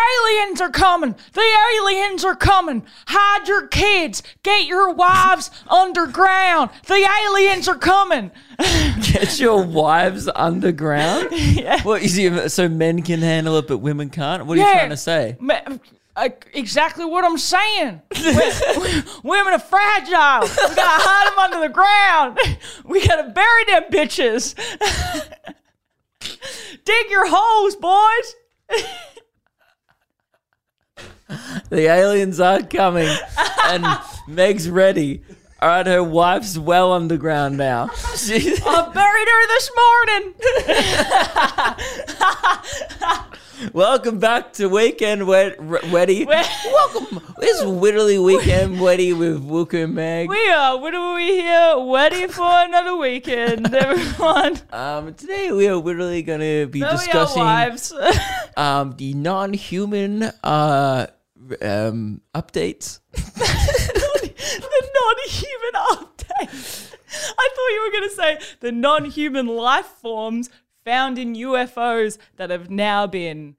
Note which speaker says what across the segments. Speaker 1: aliens are coming. The aliens are coming. Hide your kids. Get your wives underground. The aliens are coming.
Speaker 2: Get your wives underground. yeah. What is he? So men can handle it, but women can't. What are you trying to say?
Speaker 1: Ma- uh, exactly what I'm saying. Wo- Women are fragile. We gotta hide them under the ground. We gotta bury them bitches. Dig your holes, boys.
Speaker 2: The aliens are coming, and Meg's ready. All right, her wife's well underground now. She,
Speaker 1: I buried her this morning.
Speaker 2: welcome back to Weekend Wed- R- Weddy.
Speaker 1: Welcome.
Speaker 2: This Wittily Weekend Weddy with Wooker and Meg.
Speaker 1: We are. What are we here? Ready for another weekend, everyone.
Speaker 2: Um, today we are literally going to be
Speaker 1: Bury our
Speaker 2: discussing
Speaker 1: wives.
Speaker 2: um, the non-human uh, um, updates.
Speaker 1: the non-human update. I thought you were going to say the non-human life forms found in UFOs that have now been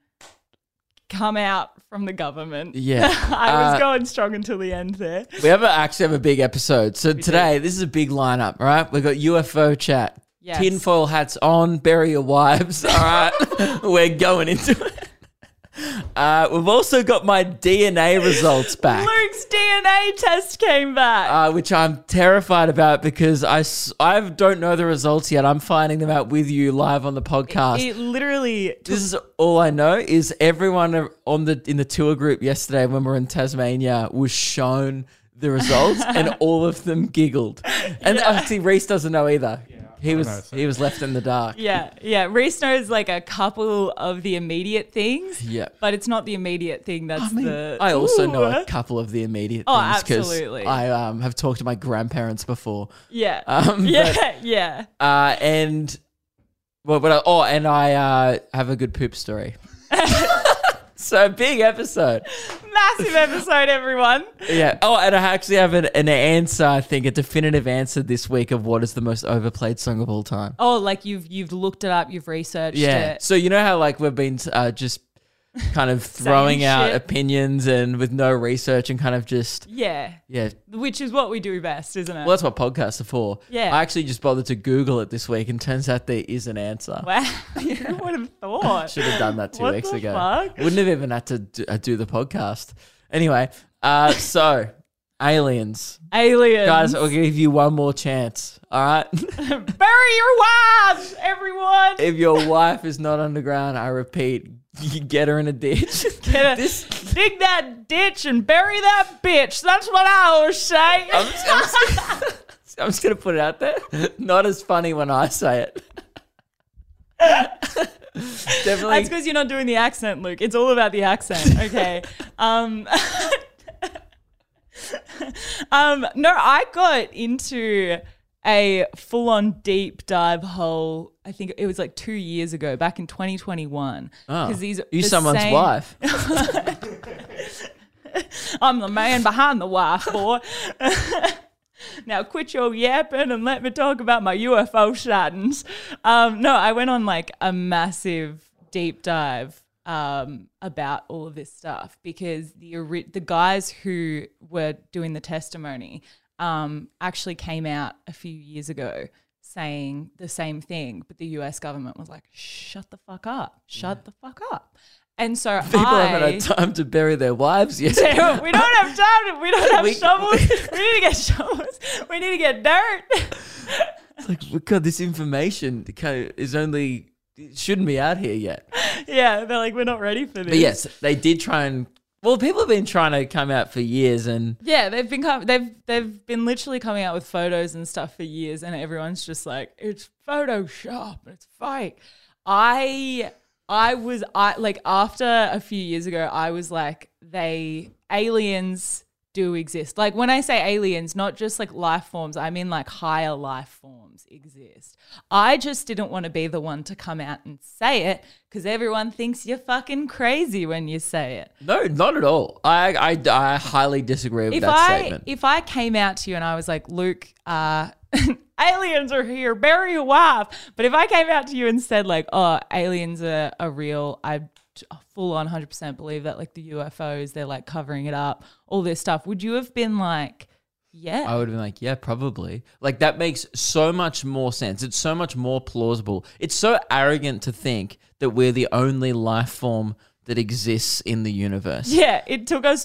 Speaker 1: come out from the government.
Speaker 2: Yeah,
Speaker 1: I was
Speaker 2: uh,
Speaker 1: going strong until the end there.
Speaker 2: We have a, actually have a big episode. So today, this is a big lineup, right? We've got UFO chat,
Speaker 1: Yes.
Speaker 2: tinfoil hats on, bury your wives. All right, we're going into it. Uh, we've also got my DNA results back.
Speaker 1: Luke's DNA test came back.
Speaker 2: Uh, which I'm terrified about because I, s- I don't know the results yet. I'm finding them out with you live on the podcast.
Speaker 1: it literally
Speaker 2: this is all I know is everyone on the in the tour group yesterday when we were in Tasmania was shown the results and all of them giggled. And obviously Reese doesn't know either. he was
Speaker 3: know, so-
Speaker 2: he was left in the dark.
Speaker 1: Yeah, yeah. Reese knows like a couple of the immediate things.
Speaker 2: Yeah.
Speaker 1: But it's not the immediate thing that's
Speaker 2: I mean,
Speaker 1: the.
Speaker 2: I also know
Speaker 1: Ooh.
Speaker 2: a couple of the immediate
Speaker 1: Oh,
Speaker 2: things
Speaker 1: absolutely.
Speaker 2: I um, have talked to my grandparents before.
Speaker 1: Yeah.
Speaker 2: Um,
Speaker 1: yeah,
Speaker 2: but-
Speaker 1: yeah.
Speaker 2: Uh, and well, but I, oh, and I uh, have a good poop story. so big episode.
Speaker 1: Massive episode, everyone.
Speaker 2: Yeah. Oh, and I actually have an, an answer, I think, a definitive answer this week of what is the most overplayed song of all time.
Speaker 1: Oh, like you've you've looked it up, you've researched
Speaker 2: yeah.
Speaker 1: it.
Speaker 2: So, you know how, like, we've been uh, just kind of throwing out
Speaker 1: shit.
Speaker 2: opinions and with no research and kind of just,
Speaker 1: Yeah.
Speaker 2: yeah.
Speaker 1: Which is what we do best, isn't it?
Speaker 2: Well, that's what podcasts are for.
Speaker 1: Yeah.
Speaker 2: I actually just bothered to Google it this week and turns out there is an answer.
Speaker 1: wow. Who would have thought?
Speaker 2: Should have done that two
Speaker 1: What
Speaker 2: weeks
Speaker 1: the
Speaker 2: ago.
Speaker 1: fuck?
Speaker 2: Wouldn't have even had to do, uh, do the podcast. Anyway, uh, so aliens.
Speaker 1: Aliens.
Speaker 2: Guys, uh, I'll give you one more chance. All right.
Speaker 1: Bury your wives, everyone.
Speaker 2: if your wife is not underground, I repeat, you get her in a ditch.
Speaker 1: Get a- dig that ditch and bury that bitch. That's what I always say.
Speaker 2: I'm just, I'm just- I'm just gonna put it out there. Not as funny when I say it.
Speaker 1: That's
Speaker 2: Definitely.
Speaker 1: because you're not doing the accent, Luke. It's all about the accent. Okay. um, um, no, I got into a full on deep dive hole. I think it was like two years ago, back in 2021.
Speaker 2: Oh,
Speaker 1: Because these
Speaker 2: you
Speaker 1: the
Speaker 2: someone's
Speaker 1: same-
Speaker 2: wife.
Speaker 1: I'm the man behind the wife, boy. now quit your yapping and let me talk about my UFO sightings. Um, no, I went on like a massive deep dive um, about all of this stuff because the ori- the guys who were doing the testimony um, actually came out a few years ago saying the same thing, but the U.S. government was like, "Shut the fuck up! Shut the fuck up!" And so
Speaker 2: People
Speaker 1: I,
Speaker 2: haven't had time to bury their wives yet.
Speaker 1: yeah, we don't have time. To, we don't have
Speaker 2: We-
Speaker 1: shovels. We need to get shovels. We need to get dirt.
Speaker 2: It's like, well, God, this information kind of is only it shouldn't be out here yet.
Speaker 1: yeah, they're like, we're not ready for this.
Speaker 2: But yes, they did try and. Well, people have been trying to come out for years, and
Speaker 1: Yeah, they've been com- they've they've been literally coming out with photos and stuff for years, and everyone's just like, it's Photoshop, it's fake. I I was I like after a few years ago, I was like, they aliens do exist. Like when I say aliens, not just like life forms, I mean like higher life forms exist. I just didn't want to be the one to come out and say it because everyone thinks you're fucking crazy when you say it
Speaker 2: no, not at all. I I, I highly disagree with
Speaker 1: if
Speaker 2: that
Speaker 1: I
Speaker 2: statement.
Speaker 1: if I came out to you and I was like, Luke, uh, aliens are here, bury your wife. But if I came out to you and said like, oh, aliens are, are real, I t- full on 100% believe that like the UFOs, they're like covering it up, all this stuff, would you have been like, yeah,
Speaker 2: I would have been like, yeah, probably. Like that makes so much more sense. It's so much more plausible. It's so arrogant to think that we're the only life form that exists in the universe.
Speaker 1: yeah, it took us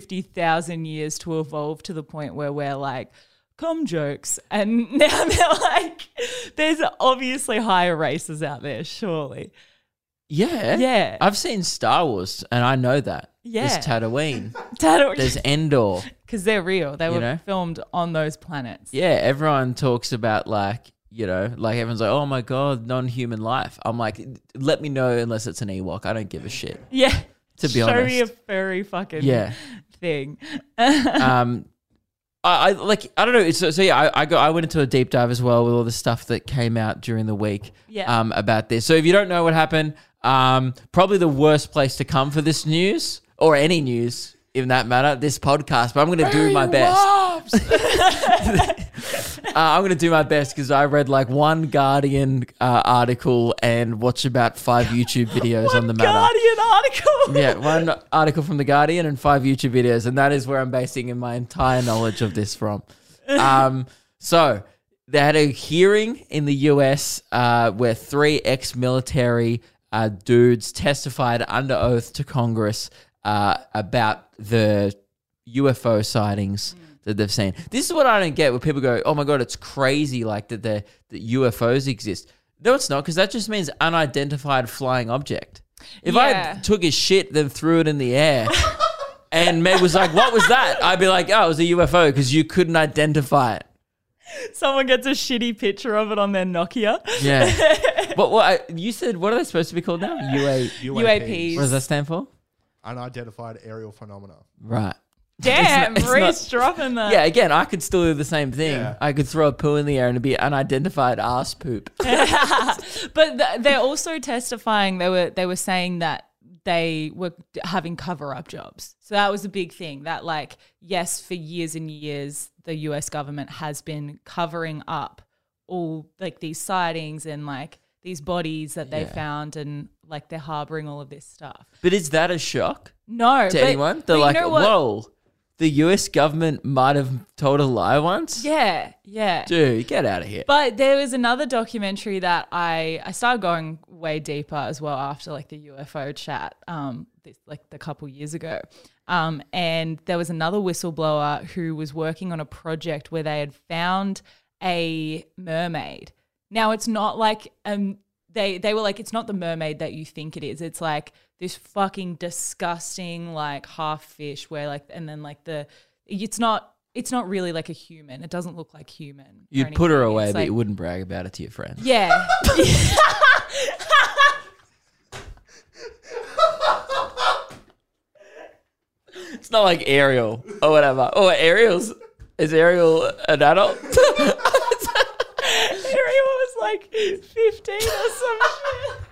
Speaker 1: 250,000 years to evolve to the point where we're like, cum jokes. And now they're like, there's obviously higher races out there, surely.
Speaker 2: Yeah.
Speaker 1: Yeah.
Speaker 2: I've seen Star Wars and I know that.
Speaker 1: Yeah.
Speaker 2: There's Tatooine.
Speaker 1: Because
Speaker 2: There's Endor.
Speaker 1: they're real. They were
Speaker 2: know?
Speaker 1: filmed on those planets.
Speaker 2: Yeah, everyone talks about like, you know, like everyone's like, oh my God, non human life. I'm like, let me know unless it's an Ewok. I don't give a shit.
Speaker 1: Yeah.
Speaker 2: To be
Speaker 1: Show me a
Speaker 2: honest.
Speaker 1: furry fucking
Speaker 2: Yeah.
Speaker 1: thing.
Speaker 2: um I, I like I don't know. So, so yeah, I, I go. I went into a deep dive as well with all the stuff that came out during the week.
Speaker 1: Yeah.
Speaker 2: Um, about this. So if you don't know what happened, um, probably the worst place to come for this news or any news, in that matter, this podcast. But I'm going to do my best. Uh, I'm going to do my best because I read like one Guardian uh, article and watched about five YouTube videos on the matter.
Speaker 1: Guardian article.
Speaker 2: yeah, one article from The Guardian and five YouTube videos, and that is where I'm basing in my entire knowledge of this from. Um, so they had a hearing in the US uh, where three ex-military uh, dudes testified under oath to Congress uh, about the UFO sightings. That they've seen. This is what I don't get. Where people go, "Oh my god, it's crazy!" Like that, the that UFOs exist. No, it's not, because that just means unidentified flying object. If
Speaker 1: Yeah.
Speaker 2: I took his shit, then threw it in the air, and Meg was like, "What was that?" I'd be like, "Oh, it was a UFO," because you couldn't identify it.
Speaker 1: Someone gets a shitty picture of it on their Nokia.
Speaker 2: Yeah. but what I, you said? What are they supposed to be called now? UA.
Speaker 1: UAPs.
Speaker 2: What does that stand for?
Speaker 3: Unidentified aerial phenomena.
Speaker 2: Right.
Speaker 1: Uh, Damn,
Speaker 2: It's not- it's
Speaker 1: Reese dropping that.
Speaker 2: Yeah. Again, I could still do the same thing.
Speaker 3: Yeah.
Speaker 2: I could throw a poo in the air and it'd be unidentified ass poop.
Speaker 1: But th- they're also testifying. They were they were saying that they were having cover up jobs. So that was a big thing. That like yes, for years and years, the U.S. government has been covering up all like these sightings and like these bodies that they
Speaker 2: Yeah.
Speaker 1: found and like they're harboring all of this stuff.
Speaker 2: but is that a shock
Speaker 1: No,
Speaker 2: to
Speaker 1: but-
Speaker 2: anyone?
Speaker 1: but
Speaker 2: They're
Speaker 1: you
Speaker 2: like,
Speaker 1: know what?
Speaker 2: "Whoa, the U.S. government might have told a lie once."
Speaker 1: Yeah, yeah.
Speaker 2: Dude, get out of here.
Speaker 1: But there was another documentary that I I started going way deeper as well after like the UFO chat, um, this, like the couple years ago. Um, and there was another whistleblower who was working on a project where they had found a mermaid. Now it's not like um they they were like it's not the mermaid that you think it is. It's like this fucking disgusting like half fish where like and then like the it's not it's not really like a human. It doesn't look like human. or
Speaker 2: You'd put her
Speaker 1: anything.
Speaker 2: away,
Speaker 1: It's
Speaker 2: but
Speaker 1: like-
Speaker 2: you wouldn't brag about it to your friends.
Speaker 1: yeah.
Speaker 2: It's not like Ariel or whatever. Oh, Ariel's is Ariel an adult?
Speaker 1: Ariel was like 15 or some shit.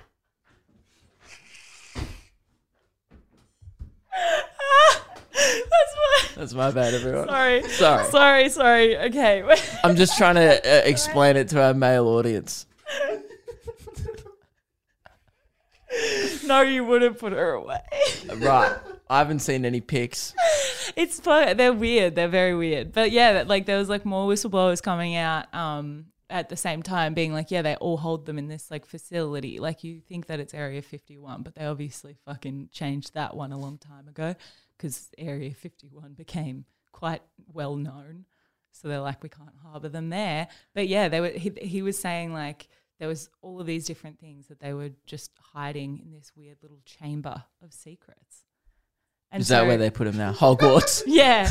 Speaker 1: Ah, That's my.
Speaker 2: That's my bad, everyone.
Speaker 1: Sorry.
Speaker 2: Sorry.
Speaker 1: Sorry, sorry. Okay.
Speaker 2: I'm just trying to uh, explain it to our male audience.
Speaker 1: no, you wouldn't put her away.
Speaker 2: Right. I haven't seen any pics.
Speaker 1: It's fun. They're weird. They're very weird. But yeah, that, like there was like more whistleblowers coming out um, at the same time, being like, yeah, they all hold them in this like facility. Like you think that it's Area 51, but they obviously fucking changed that one a long time ago because Area 51 became quite well known. So they're like, we can't harbor them there. But yeah, they were. He, he was saying like there was all of these different things that they were just hiding in this weird little chamber of secrets. And
Speaker 2: Is that
Speaker 1: so-
Speaker 2: where they put him now? Hogwarts.
Speaker 1: yeah,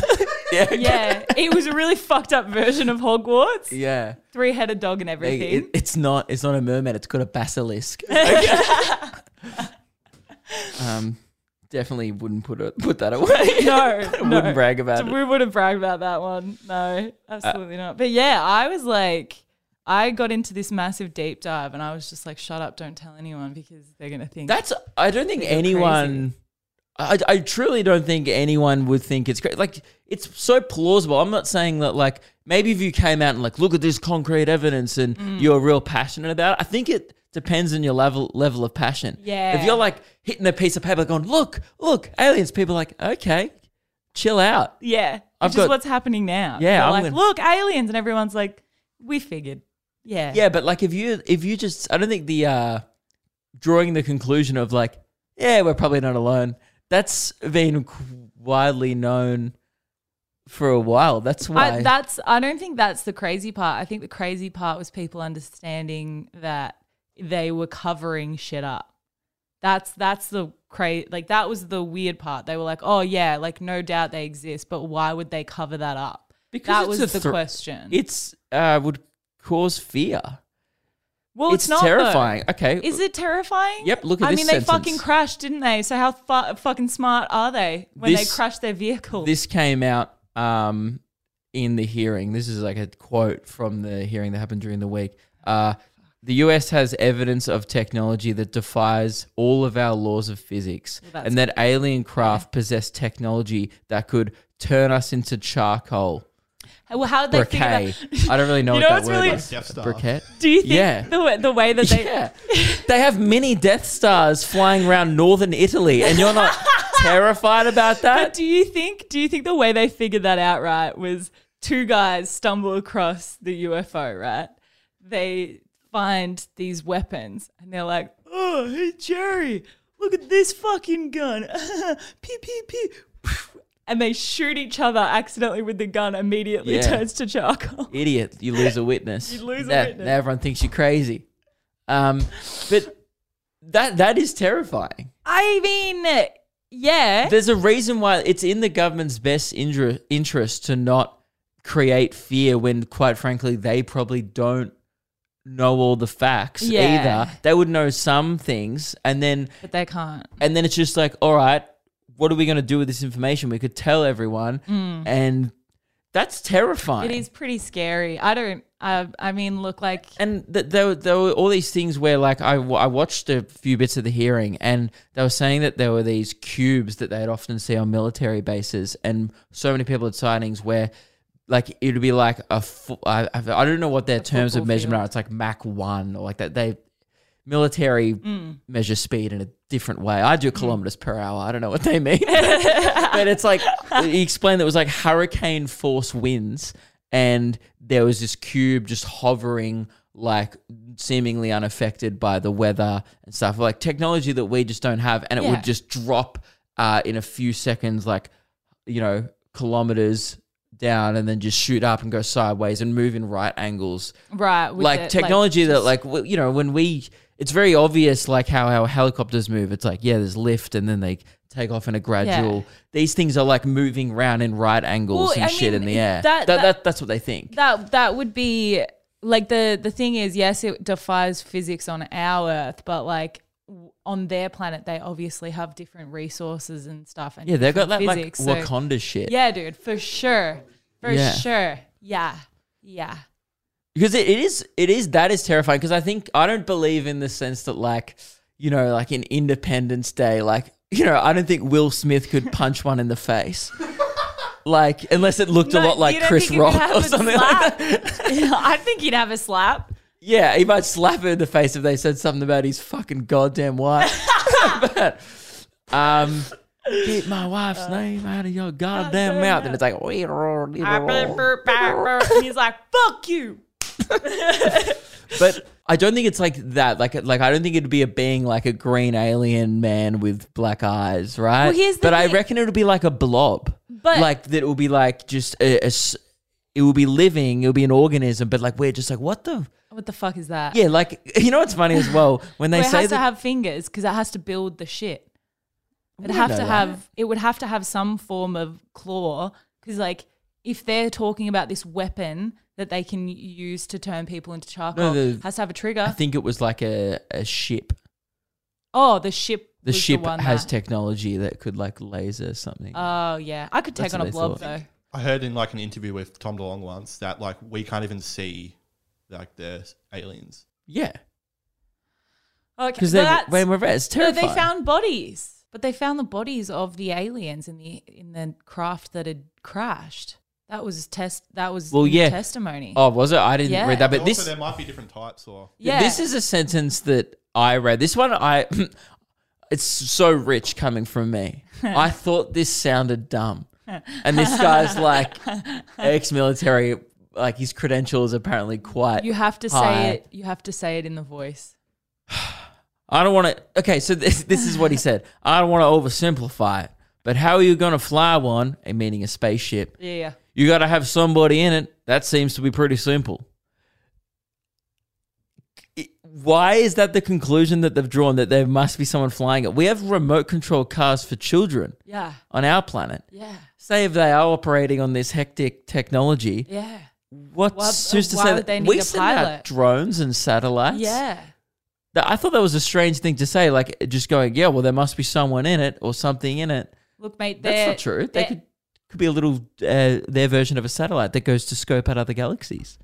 Speaker 2: yeah.
Speaker 1: yeah. It was a really fucked up version of Hogwarts.
Speaker 2: Yeah.
Speaker 1: Three headed dog and
Speaker 2: It-
Speaker 1: everything.
Speaker 2: it- it's not. It's not a mermaid. It's called a basilisk. um, definitely wouldn't put it, put that away.
Speaker 1: no, no.
Speaker 2: Wouldn't brag about it. Uh,
Speaker 1: we wouldn't brag about that one. No, absolutely not. But yeah, I was like, I got into this massive deep dive and I was just like, shut up, don't tell anyone because they're going to think.
Speaker 2: That's. I don't think anyone. I, I truly don't think anyone would think it's great. Like it's so plausible. I'm not saying that. Like maybe if you came out and like look at this concrete evidence and you're real passionate about it, I think it depends on your level level of passion. If
Speaker 1: Yeah.
Speaker 2: you're like hitting a piece of paper going, look, look, aliens, people are like, okay, chill out.
Speaker 1: Yeah. Which
Speaker 2: I've
Speaker 1: is
Speaker 2: got-
Speaker 1: what's happening now.
Speaker 2: Yeah,
Speaker 1: They're
Speaker 2: I'm
Speaker 1: like,
Speaker 2: gonna-
Speaker 1: look, aliens. And everyone's like, we figured. Yeah.
Speaker 2: Yeah, but like if you if you just I don't think the uh drawing the conclusion of like, yeah, we're probably not alone. That's been qu- widely known for a while. That's why
Speaker 1: I, that's I don't think that's the crazy part. I think the crazy part was people understanding that they were covering shit up. That's that's the crazy like that was the weird part. They were like, "Oh yeah, like no doubt they exist, but why would they cover that up?" that was
Speaker 2: it's a
Speaker 1: the
Speaker 2: thr-
Speaker 1: question.
Speaker 2: it's uh would cause fear.
Speaker 1: well,
Speaker 2: it's
Speaker 1: it's, not though.
Speaker 2: terrifying. Okay.
Speaker 1: Is it terrifying?
Speaker 2: Yep, look at
Speaker 1: I
Speaker 2: this
Speaker 1: mean, they fucking
Speaker 2: sentence.
Speaker 1: crashed, didn't they? So how fu- fucking smart are they when
Speaker 2: This-
Speaker 1: they crashed their vehicle?
Speaker 2: this came out um, in the hearing. This is like a quote from the hearing that happened during the week. Uh, the US has evidence of technology that defies all of our laws of physics,
Speaker 1: that's
Speaker 2: and that alien craft possess technology that could turn us into charcoal.
Speaker 1: well, how did they figure
Speaker 2: Briquet.
Speaker 1: that?
Speaker 2: I don't really know
Speaker 1: You
Speaker 2: what
Speaker 1: know
Speaker 2: that
Speaker 1: what's
Speaker 2: word
Speaker 1: really-
Speaker 2: is.
Speaker 3: Death Star.
Speaker 2: Briquet?
Speaker 1: Do you think
Speaker 2: Yeah.
Speaker 1: the, way- the way that they
Speaker 2: yeah. they have mini Death Stars flying around northern Italy, and you're not terrified about that?
Speaker 1: But do you think do you think the way they figured that out right was two guys stumble across the UFO, right? They find these weapons and they're like, "Oh, hey Jerry, look at this fucking gun." pee pee pee. And they shoot each other accidentally with the gun immediately
Speaker 2: Yeah.
Speaker 1: turns to charcoal.
Speaker 2: idiot, you lose a witness.
Speaker 1: You lose a
Speaker 2: now,
Speaker 1: witness.
Speaker 2: Now everyone thinks you're crazy. Um, but that that is terrifying.
Speaker 1: I mean, yeah.
Speaker 2: There's a reason why it's in the government's best inter- interest to not create fear when, quite frankly, they probably don't know all the facts
Speaker 1: Yeah.
Speaker 2: either. They would know some things, and then
Speaker 1: but they can't.
Speaker 2: and then it's just like, all right, what are we going to do with this information? We could tell everyone, and that's terrifying.
Speaker 1: Hmm. It is pretty scary. I don't I, I mean, look like
Speaker 2: and th- there, were, there were all these things where like I, w- I watched a few bits of the hearing and they were saying that there were these cubes that they'd often see on military bases and so many people had sightings where like it would be like a fu- I, I I don't know what their terms of
Speaker 1: football
Speaker 2: measurement are it's like mac 1 or like that they military measure speed in a different way i do kilometers per hour i don't know what they mean but it's like he explained that it was like hurricane force winds and there was this cube just hovering like seemingly unaffected by the weather and stuff like technology that we just don't have and it
Speaker 1: Yeah.
Speaker 2: would just drop uh, in a few seconds like you know kilometers down and then just shoot up and go sideways and move in right angles
Speaker 1: right with
Speaker 2: like
Speaker 1: it,
Speaker 2: technology that
Speaker 1: just-
Speaker 2: like w- you know when we it's very obvious like how our helicopters move it's like yeah there's lift and then they take off in a gradual these things are like moving round in right angles
Speaker 1: Well,
Speaker 2: and
Speaker 1: I
Speaker 2: shit
Speaker 1: mean,
Speaker 2: in the air
Speaker 1: that-
Speaker 2: that,
Speaker 1: that-
Speaker 2: that- that's what they think
Speaker 1: that that would be like the the thing is yes it defies physics on our earth but like w- on their planet they obviously have different resources and stuff and
Speaker 2: yeah they've got that
Speaker 1: different
Speaker 2: like
Speaker 1: so-
Speaker 2: wakanda shit
Speaker 1: yeah dude for sure for
Speaker 2: Yeah.
Speaker 1: sure yeah yeah
Speaker 2: because it, it is it is that is terrifying because i think i don't believe in the sense that like you know like in independence day like you know i don't think will smith could punch one in the face like unless it looked a
Speaker 1: No,
Speaker 2: lot like
Speaker 1: you don't
Speaker 2: chris
Speaker 1: think you could
Speaker 2: rock
Speaker 1: have
Speaker 2: or
Speaker 1: a
Speaker 2: something like that
Speaker 1: i think you'd have a slap
Speaker 2: Yeah, he might slap her in the face if they said something about his fucking goddamn wife. but, um, get my wife's
Speaker 1: Uh,
Speaker 2: name out of your
Speaker 1: Goddamn
Speaker 2: goddamn mouth, and it's like,
Speaker 1: Ah. and he's like fuck you
Speaker 2: but I don't think it's like that. Like, like I don't think it'd be a being like a green alien man with black eyes, right?
Speaker 1: Well, here's the
Speaker 2: but I
Speaker 1: thing.
Speaker 2: reckon it'll be like a blob,
Speaker 1: But-
Speaker 2: like that it will be like just a, a s- it will be living, it'll be an organism, but like we're just like, what the.
Speaker 1: what the fuck is that
Speaker 2: Yeah, like you know what's funny as well when they
Speaker 1: Well, it
Speaker 2: say
Speaker 1: has
Speaker 2: that
Speaker 1: to have fingers because it has to build the shit. It'd
Speaker 2: don't
Speaker 1: have
Speaker 2: know
Speaker 1: to
Speaker 2: that.
Speaker 1: have it would have to have some form of claw because like if they're talking about this weapon that they can use to turn people into charcoal,
Speaker 2: the-
Speaker 1: has to have a trigger.
Speaker 2: I think it was like a, a ship.
Speaker 1: oh, the ship.
Speaker 2: The
Speaker 1: was
Speaker 2: ship
Speaker 1: the one
Speaker 2: has
Speaker 1: that-
Speaker 2: technology that could like laser something.
Speaker 1: Oh yeah, I could take
Speaker 2: That's
Speaker 1: on
Speaker 2: what
Speaker 1: a
Speaker 2: they
Speaker 1: blob
Speaker 2: thought.
Speaker 1: though.
Speaker 3: I heard in like an interview with Tom DeLong once that like we can't even see like the aliens.
Speaker 2: yeah,
Speaker 1: Okay,
Speaker 2: because
Speaker 1: well,
Speaker 2: they're
Speaker 1: that's-
Speaker 2: when we're red, it's
Speaker 1: no,
Speaker 2: terrifying.
Speaker 1: they found bodies, but they found the bodies of the aliens in the in the craft that had crashed. That was test. That was
Speaker 2: Well,
Speaker 1: in the
Speaker 2: yeah.
Speaker 1: testimony.
Speaker 2: Oh, was it? I didn't
Speaker 1: Yeah.
Speaker 2: read that, but
Speaker 3: also,
Speaker 2: this
Speaker 3: there might be different types, or
Speaker 1: yeah.
Speaker 2: This is a sentence that I read. This one I it's so rich coming from me. I thought this sounded dumb. And this guy's like ex-military like his credentials apparently quite
Speaker 1: You have to say
Speaker 2: Hi.
Speaker 1: it. You have to say it in the voice.
Speaker 2: I don't want to Okay, so this this is what he said. I don't want to oversimplify it, but how are you going to fly one, a meaning a spaceship?
Speaker 1: Yeah, yeah.
Speaker 2: You got to have somebody in it. That seems to be pretty simple. It- Why is that the conclusion that they've drawn that there must be someone flying it? We have remote control cars for children
Speaker 1: Yeah.
Speaker 2: on our planet.
Speaker 1: Yeah.
Speaker 2: Say if they are operating on this hectic technology,
Speaker 1: Yeah.
Speaker 2: what's
Speaker 1: Why-
Speaker 2: who's to
Speaker 1: why
Speaker 2: say
Speaker 1: would
Speaker 2: that
Speaker 1: they need
Speaker 2: we
Speaker 1: a
Speaker 2: send out
Speaker 1: pilot?
Speaker 2: drones and satellites?
Speaker 1: yeah.
Speaker 2: That- I thought that was a strange thing to say. Like just going, yeah, well, there must be someone in it or something in it.
Speaker 1: Look, mate.
Speaker 2: That's
Speaker 1: they're-
Speaker 2: not true. They
Speaker 1: they're-
Speaker 2: could could be a little uh, their version of a satellite that goes to scope out other galaxies.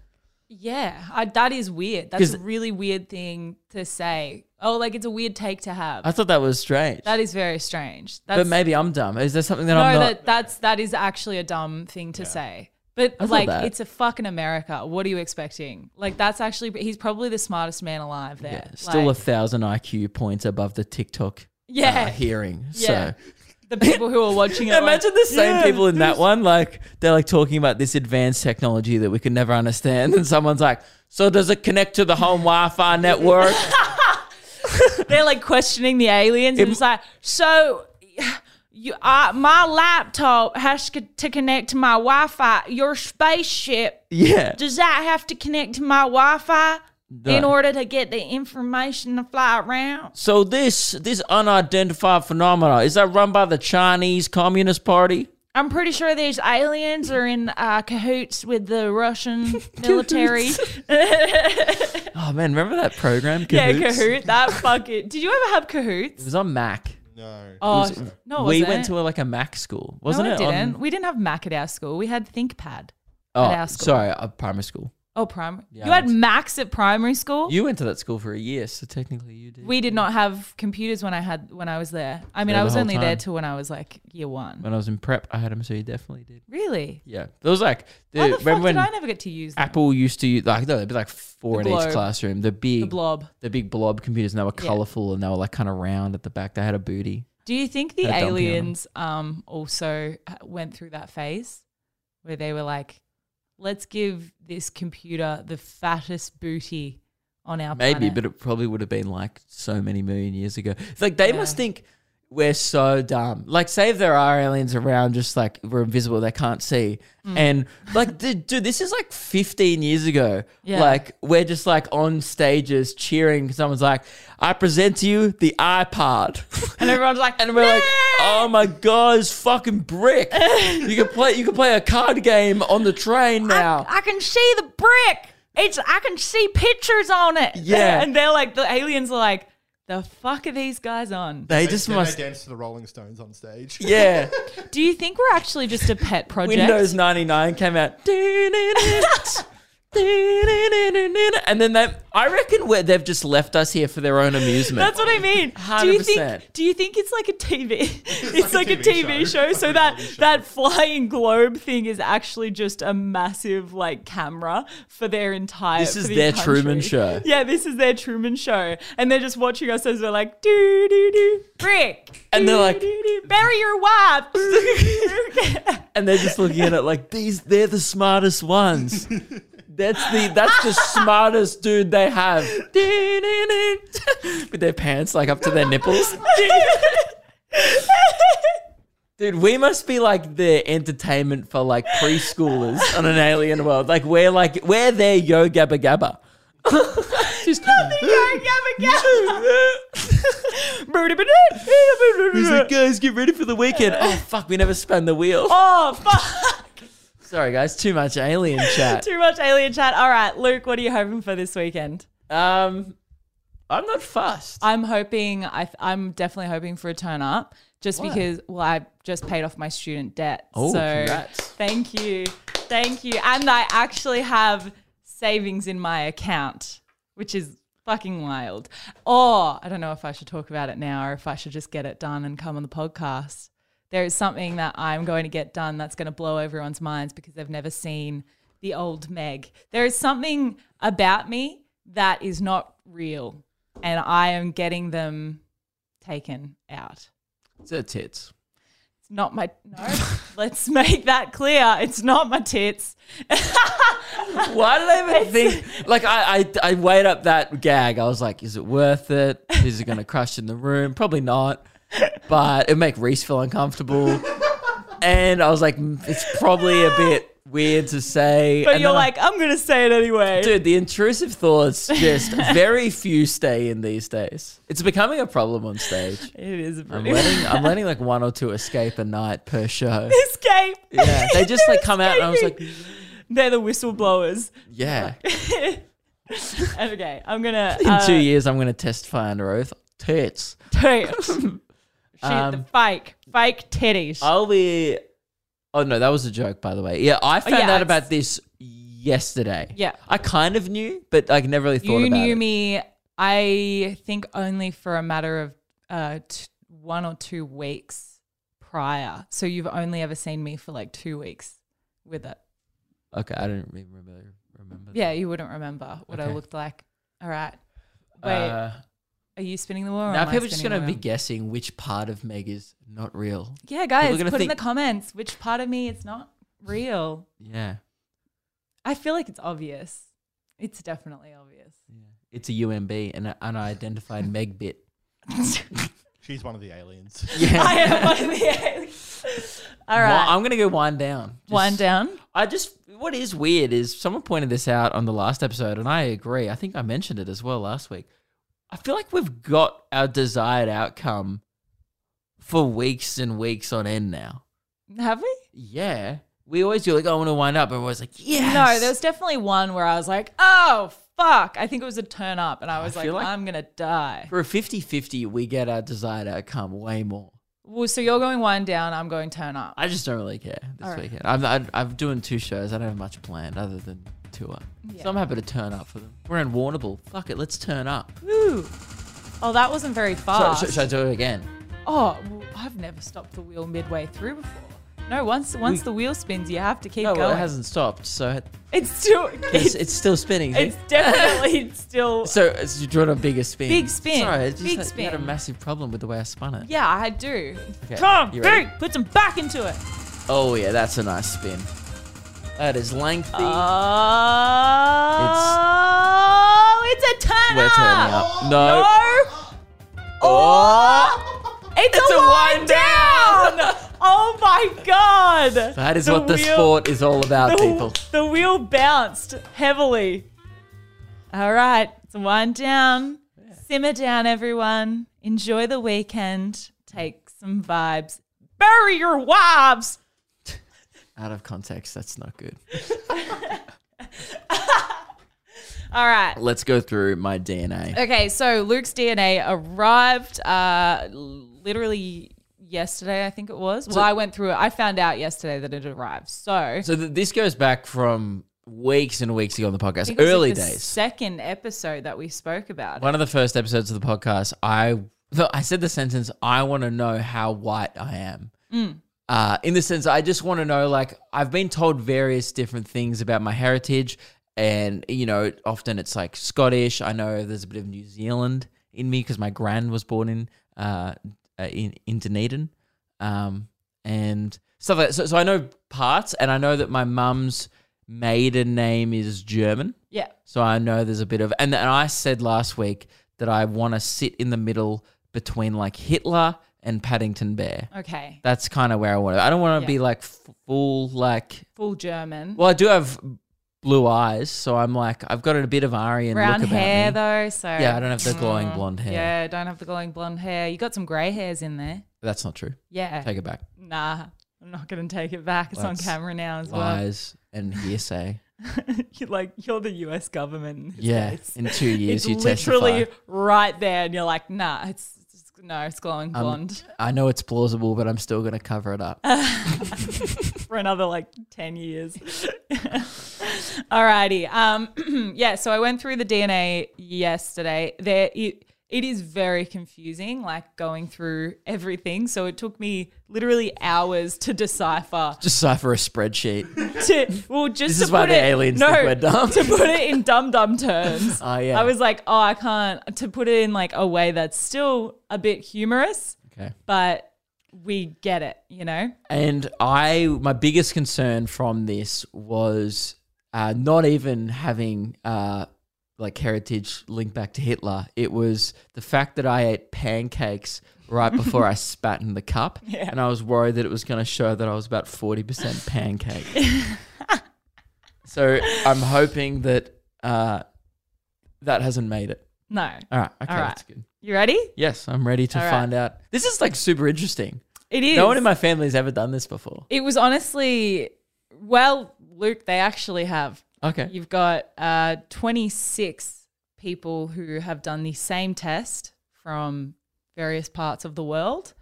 Speaker 1: Yeah, I, that is weird. That's
Speaker 2: 'Cause-
Speaker 1: a really weird thing to say. Oh, like it's a weird take to have.
Speaker 2: I thought that was strange.
Speaker 1: that is very strange. That's,
Speaker 2: but maybe I'm dumb. Is there something that
Speaker 1: no,
Speaker 2: I'm not?
Speaker 1: that that's that is actually a dumb thing to say. But
Speaker 2: I thought
Speaker 1: like,
Speaker 2: that.
Speaker 1: it's a fucking America. What are you expecting? Like, that's actually he's probably the smartest man alive there.
Speaker 2: yeah, still
Speaker 1: like,
Speaker 2: a thousand IQ points above the TikTok uh,
Speaker 1: yeah.
Speaker 2: hearing.
Speaker 1: Yeah.
Speaker 2: So
Speaker 1: the people who are watching it. like,
Speaker 2: imagine the same
Speaker 1: "Yeah,
Speaker 2: people in that one. Like they're like talking about this advanced technology that we could never understand, and someone's like, "So does it connect to the home Wi-Fi network?"
Speaker 1: they're like questioning the aliens and it's like so you uh, my laptop has to to connect to my wi-fi your spaceship
Speaker 2: yeah.
Speaker 1: does that have to connect to my wi-fi in
Speaker 2: No.
Speaker 1: order to get the information to fly around
Speaker 2: So this this unidentified phenomena is that run by the Chinese Communist Party?
Speaker 1: i'm pretty sure these aliens are in uh, cahoots with the russian military
Speaker 2: Oh man, remember that program?
Speaker 1: yeah
Speaker 2: Cahoots?
Speaker 1: cahoot that fucking did you ever have
Speaker 2: It
Speaker 1: cahoots
Speaker 2: was on Mac.
Speaker 3: no.
Speaker 1: oh
Speaker 2: was-
Speaker 1: no
Speaker 2: we
Speaker 1: wasn't
Speaker 2: went
Speaker 1: it?
Speaker 2: to a, like a Mac school,
Speaker 1: no,
Speaker 2: wasn't
Speaker 1: we
Speaker 2: it? on-
Speaker 1: didn't we didn't have mac at our school we had thinkpad
Speaker 2: oh,
Speaker 1: at our school.
Speaker 2: sorry, uh, primary school.
Speaker 1: Oh, primary.
Speaker 2: Yeah,
Speaker 1: you had
Speaker 2: that's-
Speaker 1: Macs at primary school.
Speaker 2: You went to that school for a year, so technically you did.
Speaker 1: we did not have computers when I had when I was there. I mean,
Speaker 2: There
Speaker 1: I
Speaker 2: the
Speaker 1: was
Speaker 2: whole
Speaker 1: only there
Speaker 2: time.
Speaker 1: till when I was like year one.
Speaker 2: when I was in prep, I had them, so you definitely did.
Speaker 1: really?
Speaker 2: Yeah, it was like the,
Speaker 1: How the fuck
Speaker 2: remember when
Speaker 1: did I never get to use them?
Speaker 2: Apple used to use, like no, they'd be like four
Speaker 1: The
Speaker 2: in
Speaker 1: globe.
Speaker 2: each classroom. The
Speaker 1: the
Speaker 2: big, the,
Speaker 1: blob?
Speaker 2: big blob computers, and they were
Speaker 1: Yeah.
Speaker 2: colorful and they were like kind of round at the back. They had a booty.
Speaker 1: Do you think the
Speaker 2: Had a dumpy on 'em.
Speaker 1: aliens um also h- went through that phase where they were like, "Let's give this computer the fattest booty on our
Speaker 2: Maybe,
Speaker 1: planet."
Speaker 2: but it probably would have been like so many million years ago. It's like they must
Speaker 1: Yeah.
Speaker 2: think we're so dumb. Like, say if there are aliens around, just like we're invisible, they can't see.
Speaker 1: Mm.
Speaker 2: And like, dude, dude, this is like 15 years ago.
Speaker 1: Yeah.
Speaker 2: Like, we're just like on stages cheering. Someone's like, I present to you the iPod.
Speaker 1: and everyone's like,
Speaker 2: And we're like, oh my god, it's fucking brick. you can play you can play a card game on the train now.
Speaker 1: I, I can see the brick. It's I can see pictures on it.
Speaker 2: Yeah.
Speaker 1: and they're like the aliens are like, the fuck are these guys on?
Speaker 2: they
Speaker 3: They-
Speaker 2: just
Speaker 3: then
Speaker 2: must
Speaker 3: They dance to the Rolling Stones on stage.
Speaker 2: Yeah.
Speaker 1: Do you think we're actually just a pet project?
Speaker 2: Windows 99 came out. and then they, I reckon where they've just left us here for their own amusement.
Speaker 1: That's what I mean. Do you think?
Speaker 2: 100%.
Speaker 1: Do you think it's like a TV? It's, like,
Speaker 3: like a
Speaker 1: a
Speaker 3: TV
Speaker 1: TV
Speaker 3: show.
Speaker 1: show.
Speaker 3: It's
Speaker 1: So
Speaker 3: like a
Speaker 1: that
Speaker 3: reality show.
Speaker 1: that flying globe thing is actually just a massive like camera for their entire.
Speaker 2: This
Speaker 1: for
Speaker 2: is
Speaker 1: the
Speaker 2: their
Speaker 1: country.
Speaker 2: Truman Show.
Speaker 1: Yeah, this is their Truman Show, and they're just watching us as we're like, do do do, brick,
Speaker 2: And they're like-
Speaker 1: "Doo-doo-doo, bury your wife.
Speaker 2: and they're just looking at it like these they're the smartest ones. That's the that's the smartest dude they have. With their pants like up to their nipples. Dude, we must be like the entertainment for like preschoolers on an alien world. Like we're like we're their yo gabba gabba. Just He's like, guys, get ready for the weekend. Oh fuck, we never spun the wheel.
Speaker 1: Oh fuck!
Speaker 2: Sorry guys, too much alien chat.
Speaker 1: Too much alien chat. All right, Luke, what are you hoping for this weekend?
Speaker 2: Um I'm not fussed.
Speaker 1: I'm hoping I th- I'm definitely hoping for a turn up just
Speaker 2: Why?
Speaker 1: because well I just paid off my student debt.
Speaker 2: Oh,
Speaker 1: so
Speaker 2: congrats.
Speaker 1: thank you. Thank you. And I actually have savings in my account, which is fucking wild. Or I don't know if I should talk about it now or if I should just get it done and come on the podcast. there is something that I'm going to get done that's going to blow everyone's minds because they've never seen the old Meg. There is something about me that is not real, and I am getting them taken out.
Speaker 2: It's her tits.
Speaker 1: It's not my no. let's make that clear. It's not my tits.
Speaker 2: Why did I even think? Like, I, I, I weighed up that gag. I was like, is it worth it? Is it going to crush in the room? Probably not. But it'd make Reese feel uncomfortable. And I was like, "Mm, it's probably a bit weird to say.
Speaker 1: But
Speaker 2: And
Speaker 1: you're
Speaker 2: then I-
Speaker 1: like, I'm going to say it anyway.
Speaker 2: dude, the intrusive thoughts just very few stay in these days. It's becoming a problem on stage.
Speaker 1: It is a
Speaker 2: I'm
Speaker 1: pretty
Speaker 2: letting, I'm letting like one or two escape a night per show.
Speaker 1: escape.
Speaker 2: Yeah, they just like come out, and I was like,
Speaker 1: escaping. They're the whistleblowers.
Speaker 2: yeah.
Speaker 1: Okay, I'm gonna
Speaker 2: In
Speaker 1: uh,
Speaker 2: two years, I'm going to testify under oath. Tits.
Speaker 1: Toot. Shoot the
Speaker 2: Um,
Speaker 1: fake, fake titties.
Speaker 2: I'll be. Oh no, that was a joke, by the way. Oh, Yeah, I found
Speaker 1: yeah, it's-
Speaker 2: out about this yesterday.
Speaker 1: Yeah.
Speaker 2: I kind of knew, but I never really thought
Speaker 1: you
Speaker 2: about
Speaker 1: knew
Speaker 2: it.
Speaker 1: me, I think only for a matter of uh, t- one or two weeks prior. So you've only ever seen me for like two weeks with it.
Speaker 2: Okay, I don't even really remember.
Speaker 1: Yeah, you wouldn't remember what I
Speaker 2: Okay.
Speaker 1: looked like. All right.
Speaker 2: that.
Speaker 1: Wait,
Speaker 2: Uh,
Speaker 1: are you spinning the wheel? Or
Speaker 2: now
Speaker 1: am I
Speaker 2: people are just
Speaker 1: spinning the
Speaker 2: going to be
Speaker 1: wheel?
Speaker 2: guessing which part of Meg is not real.
Speaker 1: Yeah, guys,
Speaker 2: gonna
Speaker 1: put in the
Speaker 2: think-
Speaker 1: comments which part of me it's not real.
Speaker 2: Yeah,
Speaker 1: I feel like it's obvious. It's definitely obvious.
Speaker 2: it's a UMB, an unidentified Meg bit.
Speaker 3: She's one of the aliens.
Speaker 2: Yeah.
Speaker 1: I am one of the aliens. All right.
Speaker 2: Well, I'm going to go one down. Just-
Speaker 1: One down.
Speaker 2: I just what is weird is someone pointed this out on the last episode, and I agree. I think I mentioned it as well last week. I feel like we've got our desired outcome for weeks and weeks on end now.
Speaker 1: Have we?
Speaker 2: Yeah, we always do like "Oh, I want to wind up, and we're always like, yes.
Speaker 1: No, there was definitely one where I was like, oh, fuck. I think it was a turn up. And I was like,
Speaker 2: feel like-
Speaker 1: I'm going to die.
Speaker 2: for a 50-50, we get our desired outcome way more.
Speaker 1: Well, so you're going one down. I'm going turn up.
Speaker 2: I just don't really care this
Speaker 1: All right.
Speaker 2: weekend. I'm, I'm I'm doing two shows. I don't have much planned other than tour,
Speaker 1: Yeah.
Speaker 2: so I'm happy to turn up for them. We're in Warnable. Fuck it, let's turn up.
Speaker 1: Woo. Oh, that wasn't very
Speaker 2: So,
Speaker 1: fast.
Speaker 2: should, should I do it again?
Speaker 1: Oh, well, I've never stopped the wheel midway through before. No, once once the wheel spins, you have to keep
Speaker 2: No,
Speaker 1: going.
Speaker 2: well, it hasn't stopped, so
Speaker 1: it's still,
Speaker 2: It's,
Speaker 1: it's,
Speaker 2: it's still spinning. see?
Speaker 1: it's definitely still.
Speaker 2: so it's- you drawn a bigger spin.
Speaker 1: Big spin.
Speaker 2: Sorry, it's just
Speaker 1: Big
Speaker 2: that You had a
Speaker 1: spin.
Speaker 2: massive problem with the way I spun it.
Speaker 1: Yeah, I do.
Speaker 2: Okay,
Speaker 1: Come,
Speaker 2: you ready?
Speaker 1: dude, put some back into it.
Speaker 2: Oh yeah, that's a nice spin. That is lengthy.
Speaker 1: Uh, Oh, it's, a turn
Speaker 2: We're turning
Speaker 1: up.
Speaker 2: up. No.
Speaker 1: No.
Speaker 2: Oh.
Speaker 1: It's,
Speaker 2: It's
Speaker 1: a,
Speaker 2: a
Speaker 1: wind,
Speaker 2: wind
Speaker 1: down. Oh my god.
Speaker 2: That is what the
Speaker 1: wheel-
Speaker 2: sport is all
Speaker 1: the,
Speaker 2: about, people.
Speaker 1: Oh, The wheel bounced heavily. All right, it's a wind down. Simmer down, everyone. Enjoy the weekend. Take some vibes. Bury your wives.
Speaker 2: Out of context, that's not good.
Speaker 1: All right.
Speaker 2: Let's go through my DNA.
Speaker 1: Okay, so Luke's DNA arrived uh, literally yesterday, I think it was. Well, I went through it. I found out yesterday that it arrived. So,
Speaker 2: So th- this goes back from weeks and weeks ago on the
Speaker 1: It was,
Speaker 2: podcast,
Speaker 1: like,
Speaker 2: early
Speaker 1: the
Speaker 2: days.
Speaker 1: Second episode that we spoke about. it.
Speaker 2: One of the first episodes of the podcast, I no, I said the sentence, "I want to know how white I am." Uh, in the sense, I just want to know. Like, I've been told various different things about my heritage, and you know, often it's like Scottish. I know there's a bit of New Zealand in me because my gran was born in uh, uh, in, in Dunedin, um, and stuff like that. So, so I know parts, and I know that my mum's maiden name is German.
Speaker 1: Yeah.
Speaker 2: So I know there's a bit of, and, and I said last week that I want to sit in the middle between like Hitler and Paddington Bear.
Speaker 1: Okay.
Speaker 2: That's kind of where I want to. I don't want to
Speaker 1: Yeah.
Speaker 2: be like f- full like.
Speaker 1: Full German.
Speaker 2: Well, I do have blue eyes, so I'm like I've got a bit of Aryan
Speaker 1: Brown
Speaker 2: look about
Speaker 1: hair,
Speaker 2: me.
Speaker 1: though. So,
Speaker 2: Yeah, I don't have the glowing blonde hair.
Speaker 1: Yeah, don't have the glowing blonde hair. You got some grey hairs in there.
Speaker 2: That's not true.
Speaker 1: Yeah.
Speaker 2: Take it back.
Speaker 1: nah, I'm not going to take it back. It's on
Speaker 2: That's
Speaker 1: camera now as
Speaker 2: Lies and hearsay.
Speaker 1: well. you're like, you're the US government. in this
Speaker 2: yeah.
Speaker 1: case.
Speaker 2: In two years,
Speaker 1: it's
Speaker 2: you
Speaker 1: literally
Speaker 2: testify.
Speaker 1: right there, and you're like, nah, it's, it's no, it's glowing
Speaker 2: Um,
Speaker 1: blonde
Speaker 2: I know it's plausible, but I'm still going to cover it up.
Speaker 1: for another like ten years. Alrighty, um, yeah. So I went through the DNA yesterday. There, it, it is very confusing, like going through everything. So it took me literally hours to decipher.
Speaker 2: Just cipher a spreadsheet.
Speaker 1: To, well, just
Speaker 2: This
Speaker 1: to
Speaker 2: is why
Speaker 1: put
Speaker 2: the
Speaker 1: it-
Speaker 2: aliens
Speaker 1: no,
Speaker 2: think we're dumb.
Speaker 1: to put it in dum dum terms.
Speaker 2: Oh, yeah.
Speaker 1: I was like, oh, I can't to put it in like a way that's still a bit humorous,
Speaker 2: okay.
Speaker 1: but we get it, you know.
Speaker 2: And I, my biggest concern from this was uh, not even having uh, like heritage linked back to Hitler. It was the fact that I ate pancakes right before I spat in the cup,
Speaker 1: Yeah.
Speaker 2: and I was worried that it was going to show that I was about forty percent pancake. so I'm hoping that uh, that hasn't made it.
Speaker 1: No,
Speaker 2: All right. Okay.
Speaker 1: All right.
Speaker 2: That's good.
Speaker 1: you ready?
Speaker 2: Yes, I'm ready to
Speaker 1: All right.
Speaker 2: find out. This is like super interesting.
Speaker 1: It is.
Speaker 2: No one in my family's ever done this before.
Speaker 1: it was honestly, well, Luke, they actually have.
Speaker 2: Okay.
Speaker 1: You've got uh, 26 people who have done the same test from various parts of the world.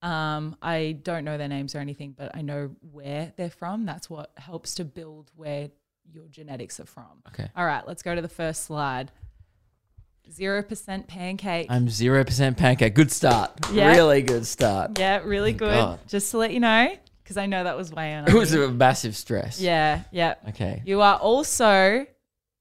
Speaker 1: Um, I don't know their names or anything, but I know where they're from. That's what helps to build where your genetics are from.
Speaker 2: Okay.
Speaker 1: All right, let's go to the first slide. 0% pancake.
Speaker 2: I'm zero percent pancake. Good start.
Speaker 1: Yeah.
Speaker 2: Really good start.
Speaker 1: yeah, really good.
Speaker 2: Oh God.
Speaker 1: Just to let you know, because I know that was way on.
Speaker 2: It was
Speaker 1: you.
Speaker 2: a massive stress.
Speaker 1: yeah, yeah.
Speaker 2: Okay.
Speaker 1: You are also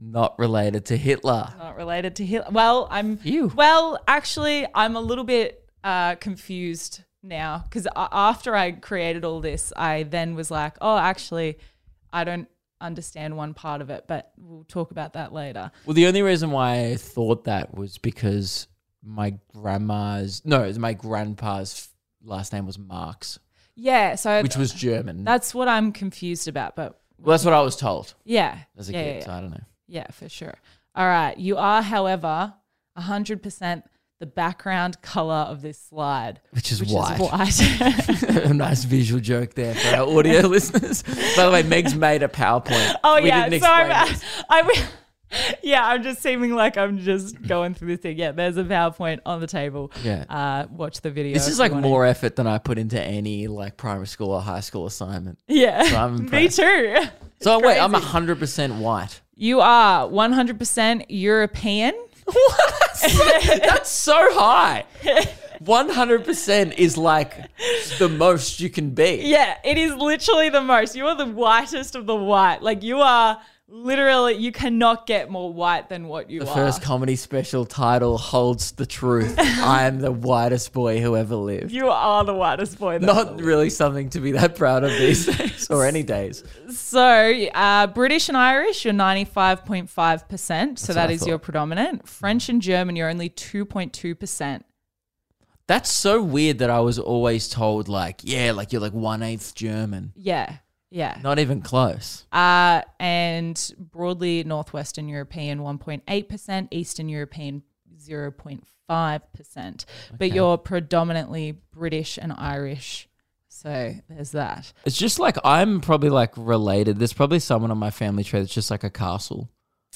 Speaker 2: Not related to Hitler.
Speaker 1: not related to Hitler. Well, I'm.
Speaker 2: Phew.
Speaker 1: Well, actually, I'm a little bit uh, confused now because after I created all this, I then was like, oh, actually, I don't understand one part of it, but we'll talk about that later.
Speaker 2: Well, the only reason why I thought that was because my grandma's no, it was my grandpa's last name was Marx,
Speaker 1: Yeah, so
Speaker 2: which was German.
Speaker 1: that's what I'm confused about. But
Speaker 2: well, that's what I was told
Speaker 1: yeah,
Speaker 2: as a
Speaker 1: yeah,
Speaker 2: kid.
Speaker 1: yeah,
Speaker 2: So I don't know.
Speaker 1: Yeah, for sure. All right. You are, however, 100% the background color of this slide,
Speaker 2: Which is
Speaker 1: which
Speaker 2: why.
Speaker 1: is white.
Speaker 2: a nice visual joke there for our audio listeners. By the way, Meg's made a PowerPoint.
Speaker 1: oh,
Speaker 2: We
Speaker 1: yeah.
Speaker 2: didn't
Speaker 1: So
Speaker 2: explain
Speaker 1: I'm,
Speaker 2: this.
Speaker 1: I'm, yeah, I'm just seeming like I'm just going through this thing. Yeah, there's a PowerPoint on the table.
Speaker 2: Yeah.
Speaker 1: Uh, watch the video.
Speaker 2: This
Speaker 1: if
Speaker 2: is
Speaker 1: you
Speaker 2: like
Speaker 1: wanna-
Speaker 2: more effort than I put into any like primary school or high school assignment.
Speaker 1: Yeah.
Speaker 2: I'm
Speaker 1: Me
Speaker 2: impressed.
Speaker 1: too.
Speaker 2: So wait, I'm
Speaker 1: crazy.
Speaker 2: 100% white.
Speaker 1: You are 100% European.
Speaker 2: That's so high. 100% is like the most you can be.
Speaker 1: Yeah, it is literally the most. You are the whitest of the white. Like you are literally, you cannot get more white than what you
Speaker 2: The
Speaker 1: are.
Speaker 2: first comedy special title holds the truth. I am the whitest boy who ever lived.
Speaker 1: you are the whitest boy. Though.
Speaker 2: Not really something to be that proud of these days or any days.
Speaker 1: so uh, British and Irish, you're ninety five point five percent. So
Speaker 2: That's what
Speaker 1: that
Speaker 2: I
Speaker 1: is your
Speaker 2: thought.
Speaker 1: predominant. French and German, you're only two point two percent.
Speaker 2: That's so weird that I was always told, like, yeah, like you're like one eighth German.
Speaker 1: Yeah, yeah.
Speaker 2: Not even close.
Speaker 1: Uh, and broadly Northwestern European 1.8%, Eastern European 0.5%. But you're predominantly British and Irish. So there's that.
Speaker 2: It's just like I'm probably like related. There's probably someone on my family tree that's just like a castle.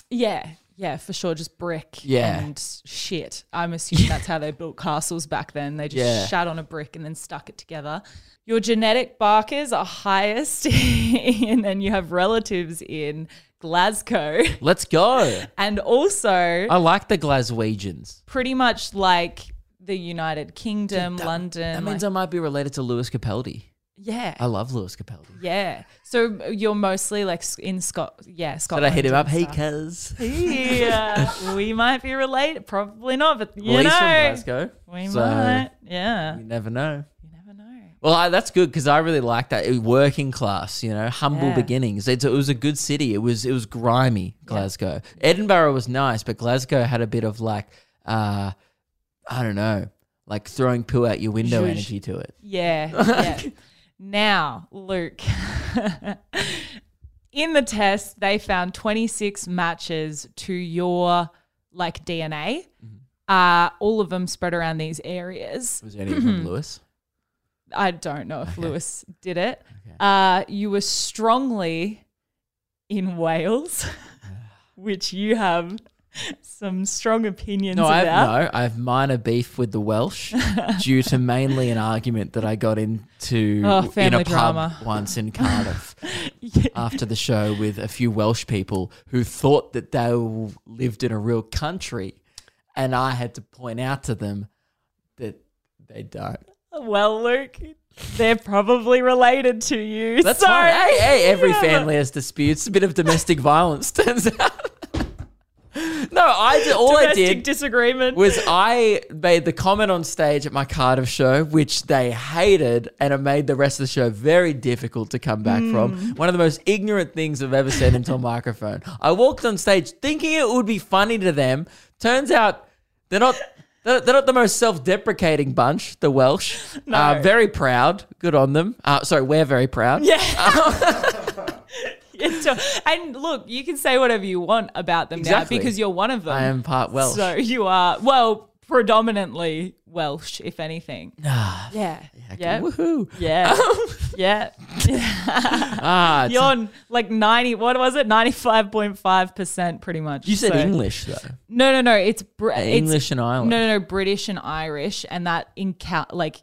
Speaker 1: Yeah. Yeah, for sure. Just brick
Speaker 2: Yeah.
Speaker 1: and shit. I'm assuming that's how they built castles back then. They just
Speaker 2: Yeah.
Speaker 1: shat on a brick and then stuck it together. Your genetic barkers are highest in, and you have relatives in Glasgow
Speaker 2: Let's go.
Speaker 1: and also
Speaker 2: I like the Glaswegians.
Speaker 1: pretty much like the United Kingdom, London.
Speaker 2: That means
Speaker 1: like-
Speaker 2: I might be related to Lewis Capaldi.
Speaker 1: yeah,
Speaker 2: I love Lewis Capaldi.
Speaker 1: yeah. So you're mostly like s- in Scot, yeah,
Speaker 2: Did
Speaker 1: Scotland.
Speaker 2: I hit him up?
Speaker 1: and
Speaker 2: Hey,
Speaker 1: stuff.
Speaker 2: cuz.
Speaker 1: yeah, we might be related, probably not, but you
Speaker 2: Well, he's from
Speaker 1: know,
Speaker 2: Glasgow.
Speaker 1: we
Speaker 2: so
Speaker 1: might. Yeah,
Speaker 2: You never know.
Speaker 1: you never know.
Speaker 2: Well, I, that's good because I really like that. It- working class, you know, humble
Speaker 1: Yeah.
Speaker 2: beginnings. It's, it was a good city. It was it was grimy, Glasgow. Edinburgh was nice, but Glasgow had a bit of like, uh, I don't know, like throwing poo out your window
Speaker 1: Zhuzh.
Speaker 2: energy to it.
Speaker 1: Yeah. yeah. now, Luke. In the test, they found 26 matches to your like DNA. Uh, all of them spread around these areas.
Speaker 2: Was there anything from Lewis?
Speaker 1: I don't know if Lewis did it.
Speaker 2: Okay.
Speaker 1: Uh, you were strongly in Wales, which you have some strong opinions
Speaker 2: No, I
Speaker 1: about.
Speaker 2: have, no, I have minor beef with the Welsh due to mainly an argument that I got into
Speaker 1: Oh,
Speaker 2: in
Speaker 1: family
Speaker 2: a
Speaker 1: drama.
Speaker 2: pub once in Cardiff after the show with a few Welsh people who thought that they lived in a real country and I had to point out to them that they don't.
Speaker 1: Well, Luke, they're probably related to you.
Speaker 2: That's
Speaker 1: so
Speaker 2: fine. Hey, hey, every
Speaker 1: Yeah, but-
Speaker 2: family has disputes. It's a bit of domestic violence, turns out. no, I did, all I
Speaker 1: domestic
Speaker 2: did
Speaker 1: disagreement.
Speaker 2: was I made the comment on stage at my Cardiff show, which they hated, and it made the rest of the show very difficult to come back
Speaker 1: Hmm.
Speaker 2: from. One of the most ignorant things I've ever said into a microphone. I walked on stage thinking it would be funny to them. Turns out they're not. They're they're not the most self-deprecating bunch, the Welsh. Uh, very proud. Good on them. Uh, sorry, we're very proud.
Speaker 1: yeah. It's a- and look, you can say whatever you want about them
Speaker 2: Exactly.
Speaker 1: now because you're one of them.
Speaker 2: I am part Welsh.
Speaker 1: So you are well, predominantly Welsh, if anything. yeah. Yeah.
Speaker 2: Woohoo.
Speaker 1: Yeah.
Speaker 2: Um,
Speaker 1: yeah.
Speaker 2: Ah, it's-
Speaker 1: You're on, like 90, what was it? 95.5% pretty much.
Speaker 2: you said
Speaker 1: So-
Speaker 2: English though.
Speaker 1: No, no, no. It's, Br- it's
Speaker 2: English and Irish.
Speaker 1: No, no, no. British and Irish, and that in ca- like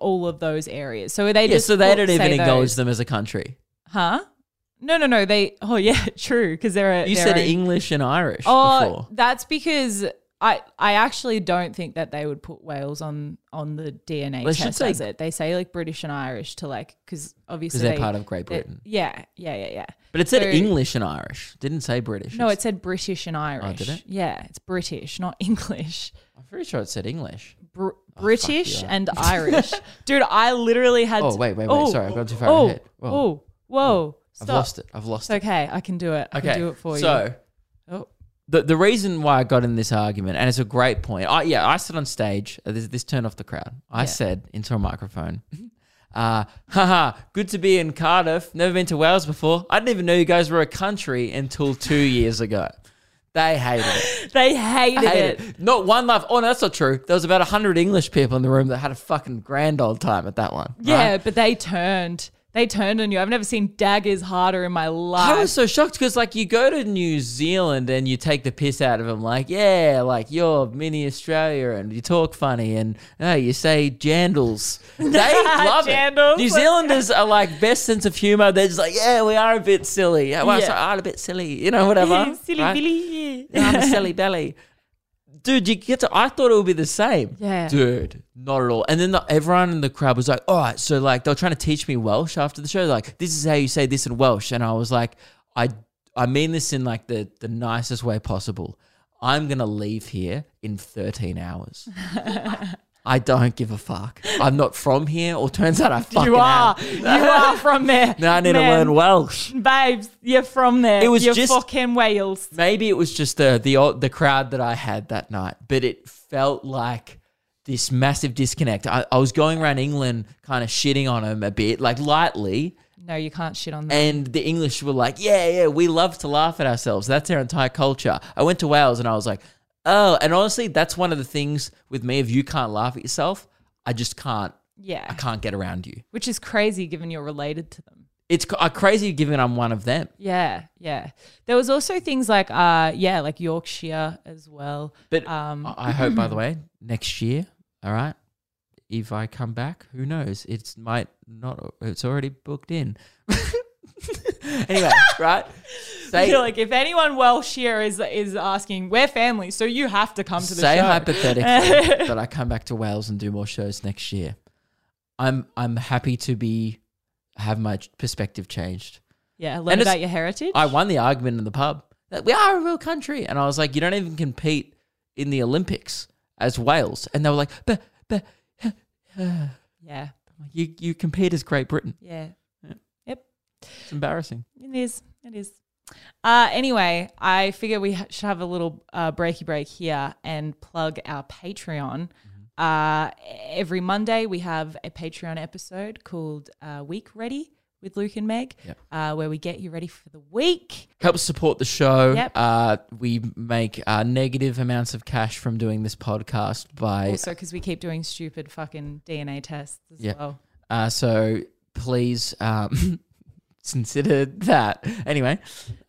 Speaker 1: all of those areas. So they
Speaker 2: Yeah,
Speaker 1: just
Speaker 2: so they
Speaker 1: put-
Speaker 2: don't
Speaker 1: say
Speaker 2: even acknowledge
Speaker 1: those.
Speaker 2: them as a country.
Speaker 1: huh? No, no, no. They. Oh yeah, true. Because they're a.
Speaker 2: You
Speaker 1: they're
Speaker 2: said
Speaker 1: a-
Speaker 2: English and Irish
Speaker 1: Oh,
Speaker 2: before.
Speaker 1: that's because. I, I actually don't think that they would put Wales on on the DNA
Speaker 2: They should
Speaker 1: test
Speaker 2: say-
Speaker 1: as it. They say like British and Irish to like because obviously
Speaker 2: they're
Speaker 1: they-
Speaker 2: part of Great
Speaker 1: they-
Speaker 2: Britain.
Speaker 1: Yeah, yeah, yeah, yeah.
Speaker 2: But it said
Speaker 1: so-
Speaker 2: English and Irish. Didn't say British.
Speaker 1: No,
Speaker 2: It's-
Speaker 1: it said British and Irish.
Speaker 2: Oh, did it?
Speaker 1: Yeah, it's British, not English.
Speaker 2: I'm pretty sure it said English.
Speaker 1: Br- British
Speaker 2: you.
Speaker 1: and Irish. Dude, I literally had.
Speaker 2: Oh
Speaker 1: to-
Speaker 2: wait, wait, wait.
Speaker 1: Oh,
Speaker 2: Sorry, I've gone too far
Speaker 1: Oh,
Speaker 2: ahead. Whoa,
Speaker 1: oh, whoa.
Speaker 2: I've
Speaker 1: Stop.
Speaker 2: lost it. I've lost
Speaker 1: It's okay. I can do it. I
Speaker 2: it.
Speaker 1: can do it for
Speaker 2: so,
Speaker 1: you. Oh.
Speaker 2: the the reason why I got in this argument, and it's a great point. I yeah, I stood on stage. uh, This this turned off the crowd. I said into a microphone. Uh, haha, good to be in Cardiff. Never been to Wales before. I didn't even know you guys were a country until two years ago. They hated it.
Speaker 1: They hated, it.
Speaker 2: hated it. Not one laugh. Oh, no, that's not true. There was about 100 English people in the room that had a fucking grand old time at that one.
Speaker 1: Yeah,
Speaker 2: right?
Speaker 1: but they turned. They turned on you. I've never seen daggers harder in my life.
Speaker 2: I was so shocked because, like, you go to New Zealand and you take the piss out of them. Like, yeah, like, you're mini Australia and you talk funny and oh, you say jandals. They love
Speaker 1: Jandals,
Speaker 2: it. New
Speaker 1: let's go.
Speaker 2: Zealanders are like best sense of humor. They're just like, yeah, we are a bit silly. Yeah, well,
Speaker 1: Yeah.
Speaker 2: sorry, I'm a bit silly, you know, whatever.
Speaker 1: silly
Speaker 2: right?
Speaker 1: Billy.
Speaker 2: Yeah, I'm a silly belly. Dude, you get to. I thought it would be the same.
Speaker 1: Yeah.
Speaker 2: Dude, not at all. And then the, everyone in the crowd was like, all right. So, like, they were trying to teach me Welsh after the show. Like, this is how you say this in Welsh. And I was like, I, I mean this in like the, the nicest way possible. I'm going to leave here in 13 hours. I don't give a fuck. I'm not from here, or turns out I fucking
Speaker 1: You are.
Speaker 2: am.
Speaker 1: you are from there.
Speaker 2: Now I need
Speaker 1: Man.
Speaker 2: to learn Welsh.
Speaker 1: Babes, you're from there.
Speaker 2: It was
Speaker 1: you're
Speaker 2: just-
Speaker 1: fucking Wales.
Speaker 2: maybe it was just the the old- the crowd that I had that night, but it felt like this massive disconnect. I, I was going around England, kind of shitting on them a bit, like lightly,
Speaker 1: No, you can't shit on them.
Speaker 2: and the English were like, "Yeah, yeah, we love to laugh at ourselves. That's our entire culture." I went to Wales, and I was like, "Oh," and honestly, that's one of the things with me. If you can't laugh at yourself, I just can't.
Speaker 1: yeah.
Speaker 2: I can't get around you.
Speaker 1: Which is crazy given you're related to them.
Speaker 2: It's ca- crazy given I'm one of them.
Speaker 1: Yeah, yeah. There was also things like uh yeah, like Yorkshire as well.
Speaker 2: But
Speaker 1: Um,
Speaker 2: I I hope, by the way, next year, all right, if I come back, who knows? It's might not. It's already booked in. anyway, right? Say,
Speaker 1: You're like if anyone Welsh here is is asking, we're family, so you have to come to the
Speaker 2: say
Speaker 1: show.
Speaker 2: hypothetically that I come back to Wales and do more shows next year. I'm I'm happy to be have my perspective changed.
Speaker 1: yeah,
Speaker 2: And
Speaker 1: learn
Speaker 2: it's-
Speaker 1: about your heritage.
Speaker 2: I won the argument in the pub that we are a real country, and I was like, you don't even compete in the Olympics as Wales, and they were like, but but.
Speaker 1: yeah,
Speaker 2: You you compete as Great Britain.
Speaker 1: yeah.
Speaker 2: It's embarrassing.
Speaker 1: It is. It is. Uh, anyway, I figure we ha- should have a little uh, breaky break here and plug our Patreon.
Speaker 2: Mm-hmm.
Speaker 1: Uh, every Monday, we have a Patreon episode called uh, Week Ready with Luke and Meg,
Speaker 2: Yep.
Speaker 1: uh, where we get you ready for the week.
Speaker 2: Helps support the show.
Speaker 1: Yep.
Speaker 2: Uh, we make uh, negative amounts of cash from doing this podcast by
Speaker 1: Also, because we keep doing stupid fucking DNA tests as
Speaker 2: Yeah.
Speaker 1: well.
Speaker 2: uh, so please um, consider that. Anyway,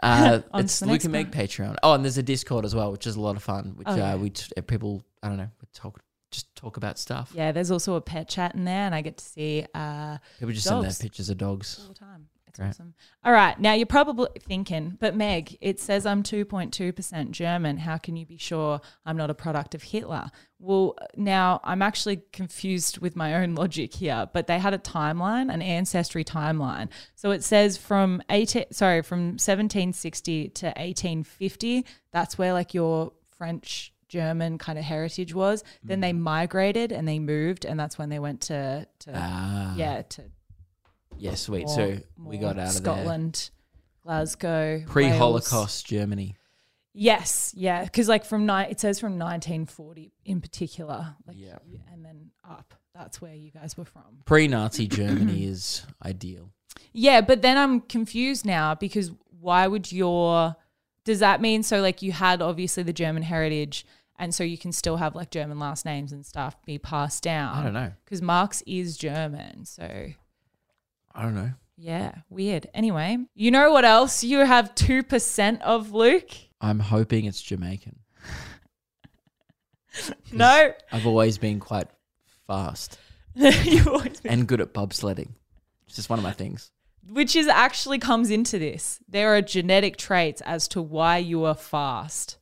Speaker 2: uh,
Speaker 1: On to
Speaker 2: it's
Speaker 1: the
Speaker 2: Luke
Speaker 1: next
Speaker 2: and Meg Patreon. Oh, and there's a Discord as well, which is a lot of fun. Which
Speaker 1: Oh, yeah.
Speaker 2: uh, we t- people I don't know we talk just talk about stuff.
Speaker 1: Yeah, there's also a pet chat in there, and I get to see uh,
Speaker 2: People just send their
Speaker 1: Dogs.
Speaker 2: pictures of dogs.
Speaker 1: all the time. It's That's awesome. All right. Now you're probably thinking, but Meg, it says I'm 2.2% German. How can you be sure I'm not a product of Hitler? Well, now I'm actually confused with my own logic here, but they had a timeline, an ancestry timeline. So it says from 18 sorry, from 1760 to 1850, that's where like your French German kind of heritage was. Then they migrated and they moved and that's when they went to to
Speaker 2: Ah,
Speaker 1: yeah, to
Speaker 2: yeah, sweet.
Speaker 1: more-
Speaker 2: so we
Speaker 1: more
Speaker 2: got out of there.
Speaker 1: Scotland, Glasgow, Wales.
Speaker 2: Pre-Holocaust Germany.
Speaker 1: Yes, yeah, because like from ni- it says from 1940 in particular, like
Speaker 2: Yeah.
Speaker 1: you- and then up. That's where you guys were from.
Speaker 2: Pre-Nazi Germany is ideal.
Speaker 1: Yeah, but then I'm confused now because why would your does that mean so like you had obviously the German heritage and so you can still have like German last names and stuff be passed down?
Speaker 2: I don't know.
Speaker 1: because Marx is German, so
Speaker 2: I don't know.
Speaker 1: yeah, weird. Anyway, you know what else you have two percent of Luke?
Speaker 2: I'm hoping it's Jamaican.
Speaker 1: No,
Speaker 2: I've always been quite fast
Speaker 1: you always
Speaker 2: and good at bobsledding. It's just one of my things.
Speaker 1: which is actually comes into this. There are genetic traits as to why you are fast,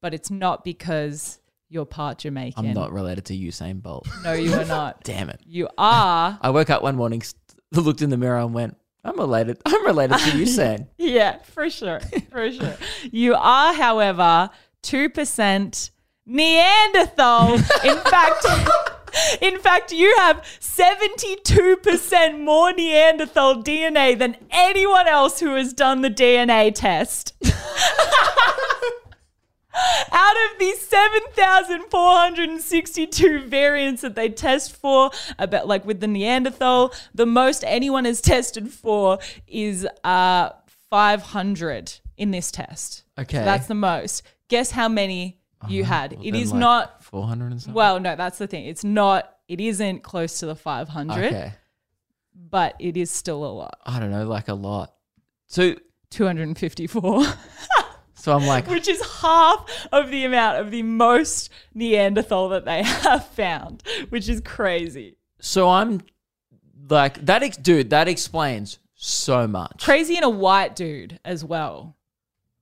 Speaker 1: but it's not because you're part Jamaican.
Speaker 2: I'm not related to Usain Bolt.
Speaker 1: No, you are not.
Speaker 2: Damn it.
Speaker 1: You are.
Speaker 2: I woke up one morning, st- looked in the mirror, and went, I'm related. I'm related to Usain.
Speaker 1: Yeah, for sure. For sure. You are, however, 2% Neanderthal. In fact, in fact, you have 72% more Neanderthal DNA than anyone else who has done the DNA test. Out of the 7,462 variants that they test for, about like with the Neanderthal, the most anyone has tested for is uh, 500 in this test.
Speaker 2: Okay. Uh-huh.
Speaker 1: So that's the most. Guess how many you had?
Speaker 2: Well,
Speaker 1: it
Speaker 2: then,
Speaker 1: is
Speaker 2: like,
Speaker 1: not,
Speaker 2: 400 and something.
Speaker 1: well, no, that's the thing. It's not, it isn't close to the 500,
Speaker 2: okay.
Speaker 1: but it is still a lot.
Speaker 2: I don't know, like a lot. So,
Speaker 1: 254.
Speaker 2: so I'm like,
Speaker 1: which is half of the amount of the most Neanderthal that they have found, which is crazy.
Speaker 2: so I'm like, that, ex- dude, that explains so much.
Speaker 1: Crazy in a white dude as well.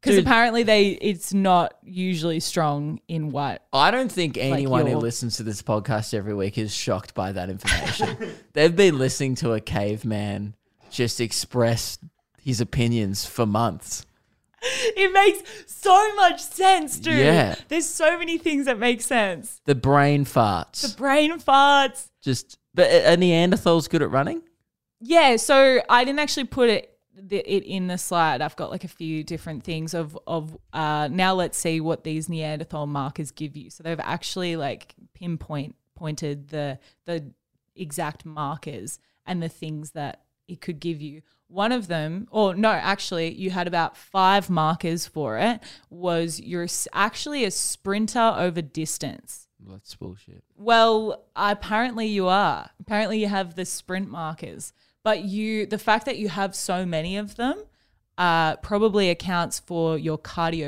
Speaker 1: Because
Speaker 2: Dude.
Speaker 1: apparently they it's not usually strong in white.
Speaker 2: I don't think anyone who
Speaker 1: your-
Speaker 2: listens to this podcast every week is shocked by that information. They've been listening to a caveman just express his opinions for months.
Speaker 1: It makes so much sense, dude.
Speaker 2: Yeah.
Speaker 1: There's so many things that make sense.
Speaker 2: The brain farts.
Speaker 1: Brain farts.
Speaker 2: just but a a Neanderthal's good at running.
Speaker 1: Yeah, so I didn't actually put it the, it in the slide. I've got like a few different things of of uh, now let's see what these Neanderthal markers give you. So they've actually like pinpoint pointed the the exact markers and the things that it could give you. One of them, or no, actually, you had about five markers for it. Was you're s- actually a sprinter over distance.
Speaker 2: That's bullshit.
Speaker 1: Well, apparently you are. Apparently you have the sprint markers, but you the fact that you have so many of them uh, probably accounts for your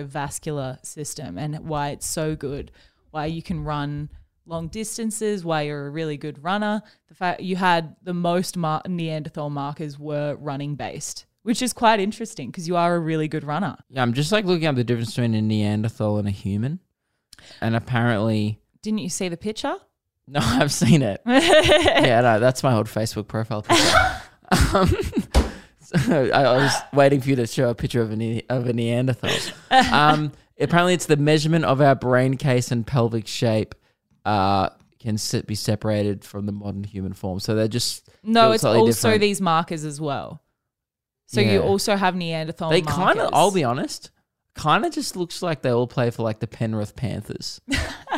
Speaker 1: cardiovascular system and why it's so good, why you can run long distances, why you're a really good runner. The fact you had the most mar- Neanderthal markers were running based, which is quite interesting because you are a really good runner.
Speaker 2: Yeah, I'm just like looking up the difference between a Neanderthal and a human, and apparently,
Speaker 1: Didn't you see the picture?
Speaker 2: no, I've seen it. yeah, no, that's my old Facebook profile picture. um, so I, I was waiting for you to show a picture of a ne- of a Neanderthal. Um, apparently, it's the measurement of our brain case and pelvic shape. Uh, can sit, be separated from the modern human form, so they're just
Speaker 1: No,
Speaker 2: built
Speaker 1: it's
Speaker 2: slightly
Speaker 1: also
Speaker 2: different.
Speaker 1: these markers as well. So
Speaker 2: Yeah.
Speaker 1: you also have Neanderthal.
Speaker 2: They kind
Speaker 1: markers.
Speaker 2: of, I'll be honest, kind of just looks like they all play for like the Penrith Panthers.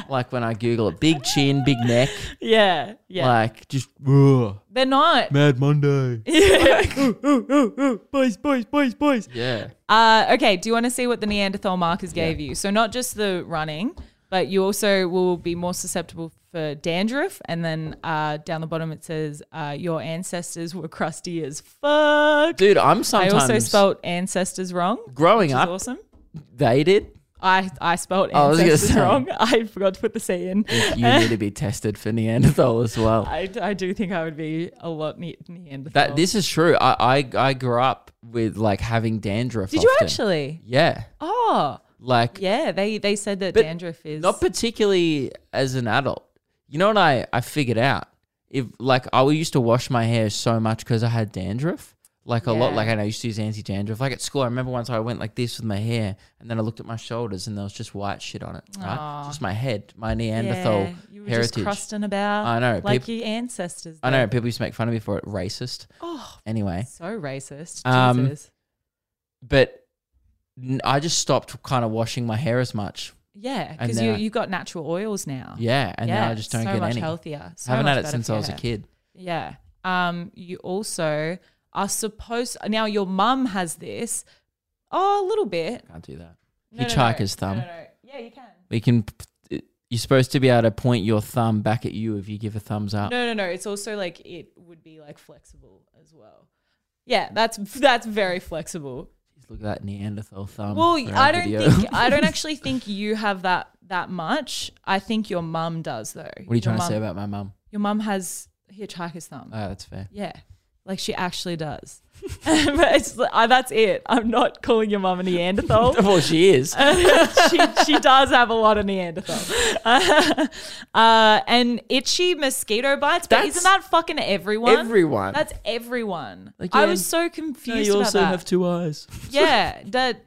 Speaker 2: like when I Google it, big chin, big neck,
Speaker 1: yeah, yeah.
Speaker 2: like just ugh,
Speaker 1: They're not.
Speaker 3: Mad Monday.
Speaker 1: boys, boys, boys, boys.
Speaker 2: yeah.
Speaker 1: Uh, okay, do you want to see what the Neanderthal markers gave you? So not just the running, but you also will be more susceptible for dandruff. And then uh, down the bottom it says uh, your ancestors were crusty as fuck.
Speaker 2: Dude, I'm
Speaker 1: I
Speaker 2: sometimes
Speaker 1: also spelt ancestors wrong. Which
Speaker 2: growing
Speaker 1: is
Speaker 2: up.
Speaker 1: awesome.
Speaker 2: They did.
Speaker 1: I I spelled
Speaker 2: Oh, I was gonna
Speaker 1: ancestors
Speaker 2: say.
Speaker 1: wrong. I forgot to put the C in.
Speaker 2: You need to be tested for Neanderthal as well.
Speaker 1: I, I do think I would be a lot ne- Neanderthal.
Speaker 2: That this is true. I, I I grew up with like having dandruff.
Speaker 1: Did you
Speaker 2: often.
Speaker 1: actually?
Speaker 2: Yeah,
Speaker 1: Oh,
Speaker 2: like
Speaker 1: yeah. They they said that
Speaker 2: But
Speaker 1: dandruff is
Speaker 2: not particularly as an adult. You know what I I figured out? If like I used to wash my hair so much because I had dandruff. Like a lot,
Speaker 1: Yeah.
Speaker 2: like and I used to use anti dandruff. Like at school, I remember once I went like this with my hair, and then I looked at my shoulders, and there was just white shit on it. Right?
Speaker 1: Aw.
Speaker 2: Just my head, my Neanderthal
Speaker 1: Yeah, you were
Speaker 2: heritage.
Speaker 1: just crusting about.
Speaker 2: I know,
Speaker 1: like
Speaker 2: peop-
Speaker 1: your ancestors.
Speaker 2: I know people used to make fun of me for it, racist.
Speaker 1: Oh,
Speaker 2: Anyway,
Speaker 1: so racist.
Speaker 2: Um,
Speaker 1: Jesus.
Speaker 2: but n- I just stopped kind of washing my hair as much.
Speaker 1: Yeah,
Speaker 2: and
Speaker 1: because
Speaker 2: then
Speaker 1: you
Speaker 2: I-
Speaker 1: you got natural oils now.
Speaker 2: Yeah, and now I just don't
Speaker 1: so
Speaker 2: get
Speaker 1: much
Speaker 2: any.
Speaker 1: healthier. So
Speaker 2: Haven't
Speaker 1: much
Speaker 2: had it
Speaker 1: better
Speaker 2: since
Speaker 1: for
Speaker 2: I
Speaker 1: your
Speaker 2: was a
Speaker 1: hair.
Speaker 2: kid.
Speaker 1: Yeah. Um, you also are supposed now your mum has this. Oh, a little bit.
Speaker 2: Can't do that.
Speaker 1: No, no,
Speaker 2: Hitchhiker's
Speaker 1: no. No,
Speaker 2: thumb.
Speaker 1: no, no. Yeah, you can.
Speaker 2: We can. p- it- You're supposed to be able to point your thumb back at you if you give a thumbs up.
Speaker 1: No, no, no. It's also like it would be like flexible as well. Yeah, that's that's very flexible.
Speaker 2: Just look at that Neanderthal thumb.
Speaker 1: Well,
Speaker 2: for our
Speaker 1: I don't
Speaker 2: Um, video.
Speaker 1: think I don't actually think you have that that much. I think your mum does though.
Speaker 2: what are you trying to say about my mum?
Speaker 1: Your mum has hitchhiker's thumb.
Speaker 2: Oh, that's fair.
Speaker 1: Yeah. Like she actually does. but it's, I, that's it. I'm not calling your mum a Neanderthal.
Speaker 2: well, she is.
Speaker 1: she, she does have a lot of Neanderthal. Uh, uh, and itchy mosquito bites. But
Speaker 2: That's
Speaker 1: isn't that fucking everyone?
Speaker 2: Everyone.
Speaker 1: That's everyone.
Speaker 2: Like,
Speaker 1: I
Speaker 2: yeah,
Speaker 1: was so
Speaker 2: No,
Speaker 1: confused
Speaker 2: you
Speaker 1: about
Speaker 2: also
Speaker 1: that.
Speaker 2: have two eyes.
Speaker 1: yeah, that.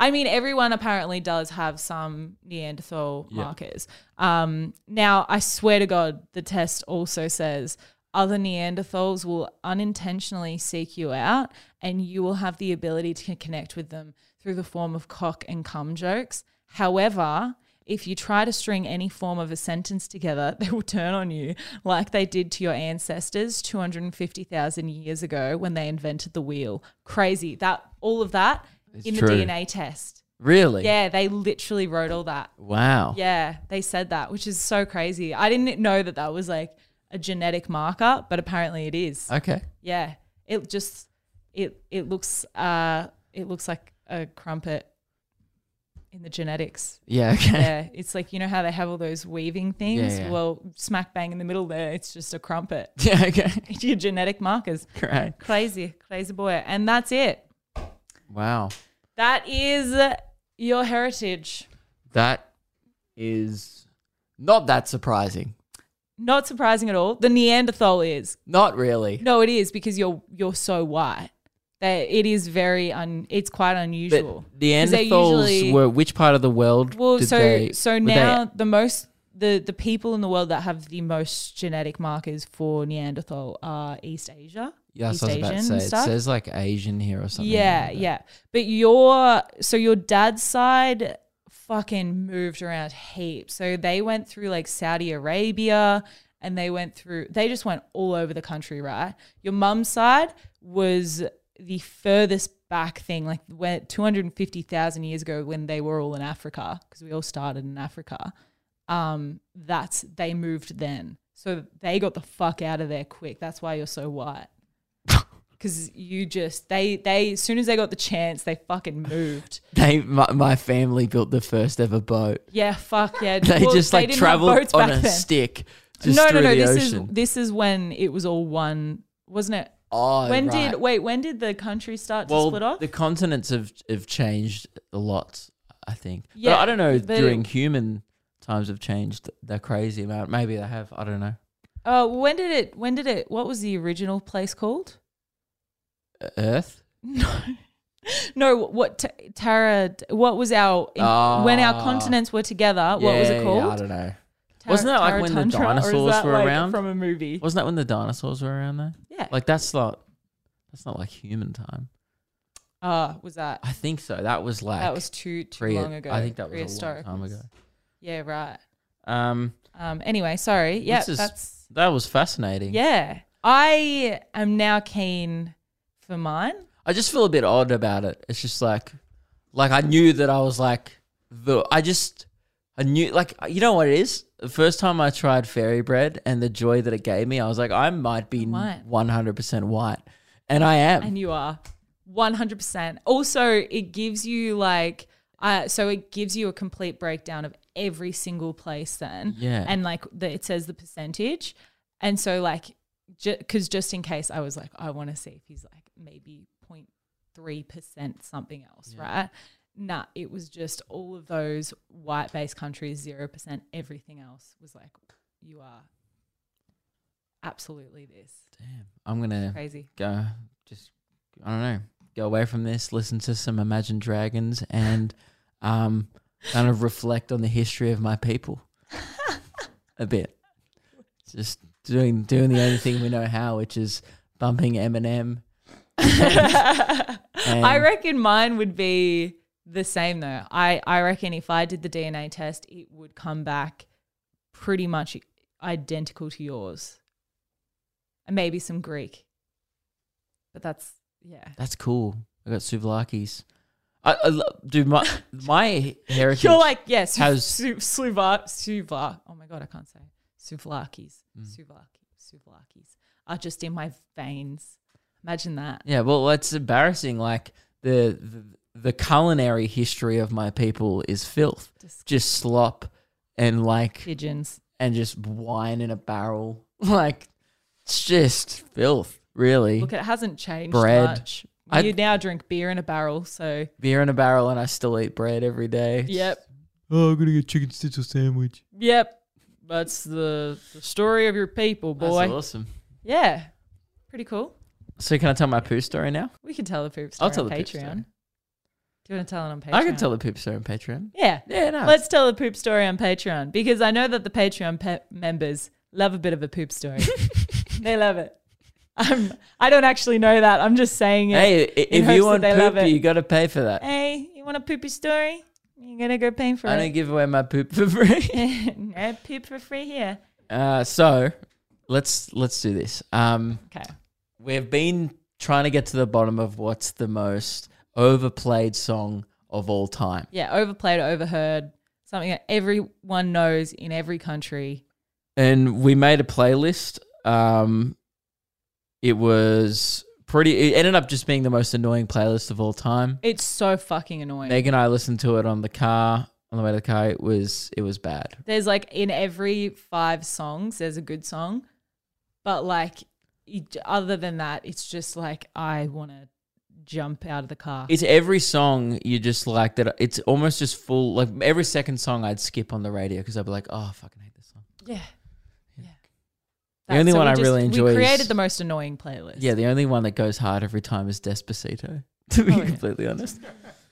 Speaker 1: I mean, everyone apparently does have some Neanderthal
Speaker 2: Yeah.
Speaker 1: markers. Um, now, I swear to God, the test also says other Neanderthals will unintentionally seek you out, and you will have the ability to connect with them through the form of cock and cum jokes. However, if you try to string any form of a sentence together, they will turn on you like they did to your ancestors 250,000 years ago when they invented the wheel. Crazy. That all of that in
Speaker 2: true.
Speaker 1: the DNA test.
Speaker 2: Really?
Speaker 1: Yeah, they literally wrote all that.
Speaker 2: Wow.
Speaker 1: Yeah, they said that, which is so crazy. I didn't know that that was like a genetic marker, but apparently it is.
Speaker 2: Okay.
Speaker 1: Yeah. It just it it looks uh it looks like a crumpet in the genetics
Speaker 2: Yeah. Okay.
Speaker 1: yeah, it's like you know how they have all those weaving things.
Speaker 2: yeah.
Speaker 1: Well, smack bang in the middle there, it's just a crumpet.
Speaker 2: Yeah. Okay.
Speaker 1: Your genetic markers,
Speaker 2: Great.
Speaker 1: crazy, crazy boy, and that's it.
Speaker 2: Wow.
Speaker 1: That is your heritage.
Speaker 2: That is not that surprising.
Speaker 1: Not surprising at all. The Neanderthal is
Speaker 2: Not really.
Speaker 1: no, it is because you're you're so white. That it is very un. It's quite unusual.
Speaker 2: But the
Speaker 1: 'Cause they
Speaker 2: Neanderthals
Speaker 1: usually-
Speaker 2: were which part of the world?
Speaker 1: Well,
Speaker 2: did
Speaker 1: so
Speaker 2: they-
Speaker 1: so
Speaker 2: were they-
Speaker 1: now the most the the people in the world that have the most genetic markers for Neanderthal are East Asia.
Speaker 2: yeah, that's
Speaker 1: East
Speaker 2: what I was about to
Speaker 1: Asian
Speaker 2: say.
Speaker 1: and
Speaker 2: It
Speaker 1: stuff.
Speaker 2: says like Asian here or something.
Speaker 1: Yeah,
Speaker 2: like that.
Speaker 1: yeah. But your so your dad's side fucking moved around heaps. So they went through like Saudi Arabia and they went through they just went all over the country, right? Your mum's side was the furthest back thing, like where 250,000 years ago when they were all in Africa, because we all started in Africa. Um, that's they moved then. So they got the fuck out of there quick. That's why you're so white because you just they they as soon as they got the chance they fucking moved
Speaker 2: They my, my family built the first ever boat.
Speaker 1: yeah fuck yeah
Speaker 2: They
Speaker 1: Well,
Speaker 2: just like
Speaker 1: didn't have
Speaker 2: traveled
Speaker 1: boats
Speaker 2: on
Speaker 1: back
Speaker 2: a
Speaker 1: then.
Speaker 2: stick just
Speaker 1: no no
Speaker 2: through
Speaker 1: no
Speaker 2: the
Speaker 1: this
Speaker 2: ocean.
Speaker 1: is this is when it was all one wasn't it
Speaker 2: oh,
Speaker 1: when
Speaker 2: right.
Speaker 1: did wait when did the country start to
Speaker 2: well
Speaker 1: split off
Speaker 2: the continents have have changed a lot. I think.
Speaker 1: Yeah,
Speaker 2: but I don't know.
Speaker 1: but-
Speaker 2: during human times have changed the crazy amount. Maybe they have. I don't know.
Speaker 1: uh, when did it when did it what was the original place called
Speaker 2: Earth.
Speaker 1: no no what t- Tara what was our when our
Speaker 2: Ah.
Speaker 1: continents were together what was it
Speaker 2: Yeah, yeah,
Speaker 1: called
Speaker 2: I don't know.
Speaker 1: Tara-
Speaker 2: Wasn't that, like,
Speaker 1: Tara
Speaker 2: when the
Speaker 1: Tantra, or is
Speaker 2: dinosaurs
Speaker 1: that,
Speaker 2: were
Speaker 1: like,
Speaker 2: around?
Speaker 1: from a movie
Speaker 2: Wasn't that when the dinosaurs were around though?
Speaker 1: yeah
Speaker 2: Like that's not that's not like human time.
Speaker 1: uh was that
Speaker 2: I think so. That was like
Speaker 1: that was too too
Speaker 2: pre-
Speaker 1: long ago.
Speaker 2: I think that was a long
Speaker 1: Prehistoric.
Speaker 2: time ago.
Speaker 1: Yeah, right.
Speaker 2: Um,
Speaker 1: Um. Anyway, sorry. Yeah,
Speaker 2: This is-
Speaker 1: that's
Speaker 2: that was fascinating.
Speaker 1: yeah. I am now keen for mine.
Speaker 2: I just feel a bit odd about it. It's just like, like I knew that I was like the. I just I knew like you know what it is. The first time I tried fairy bread and the joy that it gave me, I was like, I might be
Speaker 1: White.
Speaker 2: one hundred percent white, and I am.
Speaker 1: And you are 100%. Also, it gives you like Uh, so it gives you a complete breakdown of every single place then.
Speaker 2: Yeah.
Speaker 1: And like the, it says the percentage. And so like, because just in case I was like, I want to see if he's like maybe 0.3% something else, right? Nah, it was just all of those white based countries, 0%. Everything else was like, you are absolutely this.
Speaker 2: Damn. I'm gonna
Speaker 1: Crazy.
Speaker 2: go just I don't know. Go away from this, listen to some Imagine Dragons and um kind of reflect on the history of my people. A bit. Just doing doing the only thing we know how, which is bumping Eminem. And-
Speaker 1: I reckon mine would be the same though. I, I reckon if I did the DNA test, it would come back pretty much identical to yours. And maybe some Greek. But that's, yeah.
Speaker 2: That's cool. I got souvlaki's. I, I lo- dude, my my heritage.
Speaker 1: You're like, yes, yeah,
Speaker 2: How's-
Speaker 1: su- su- Suva, Suva. Oh my God, I can't say. Suvlakis,
Speaker 2: Mm.
Speaker 1: Suvlaki, Suvlakis are just in my veins. Imagine that.
Speaker 2: yeah, well, it's embarrassing. Like the, the the culinary history of my people is filth, just slop, and like
Speaker 1: Pigeons.
Speaker 2: and just wine in a barrel. Like it's just filth, really.
Speaker 1: Look, it hasn't changed
Speaker 2: Bread.
Speaker 1: much.
Speaker 2: I-
Speaker 1: you now drink beer in a barrel, so
Speaker 2: Beer in a barrel, and I still eat bread every day.
Speaker 1: yep,
Speaker 4: Oh, I'm gonna get chicken schnitzel sandwich.
Speaker 1: yep. That's the, the story of your people,
Speaker 2: That's
Speaker 1: boy.
Speaker 2: awesome.
Speaker 1: Yeah, pretty cool.
Speaker 2: So can I tell my poo story now?
Speaker 1: We can tell the poop story
Speaker 2: I'll tell
Speaker 1: on
Speaker 2: the
Speaker 1: Patreon.
Speaker 2: poop story.
Speaker 1: Do you want to tell it on Patreon?
Speaker 2: I can tell the poop story on Patreon.
Speaker 1: Yeah,
Speaker 2: Yeah, no.
Speaker 1: Let's tell the poop story on Patreon because I know that the Patreon pe- members love a bit of a poop story. they love it. I'm, I don't actually know that. I'm just saying it.
Speaker 2: Hey, i- if
Speaker 1: hopes
Speaker 2: you
Speaker 1: that
Speaker 2: want
Speaker 1: they love
Speaker 2: poop,
Speaker 1: it.
Speaker 2: you got to pay for that.
Speaker 1: Hey, you want a poopy story? You're going to go paying for
Speaker 2: I don't give away my poop for free.
Speaker 1: it. no, poop for free here.
Speaker 2: Uh, so let's let's do this. Um,
Speaker 1: Okay.
Speaker 2: we've been trying to get to the bottom of what's the most overplayed song of all time.
Speaker 1: Yeah, overplayed, overheard, something that everyone knows in every country.
Speaker 2: and we made a playlist. Um, it was pretty. It ended up just being the most annoying playlist of all time.
Speaker 1: It's so fucking annoying.
Speaker 2: Meg and I listened to it on the car on the way to the car. It was it was bad.
Speaker 1: there's like in every five songs there's a good song but like it- other than that it's just like i want to jump out of the car
Speaker 2: It's every song you just like that. It's almost just full. Like every second song I'd skip on the radio because I'd be like, oh, I fucking hate this song.
Speaker 1: yeah yeah
Speaker 2: The only
Speaker 1: so
Speaker 2: one
Speaker 1: we
Speaker 2: I really enjoy
Speaker 1: we
Speaker 2: is-
Speaker 1: created the most annoying playlist
Speaker 2: Yeah, the only one that goes hard every time is Despacito. To be
Speaker 1: Oh, yeah.
Speaker 2: completely honest,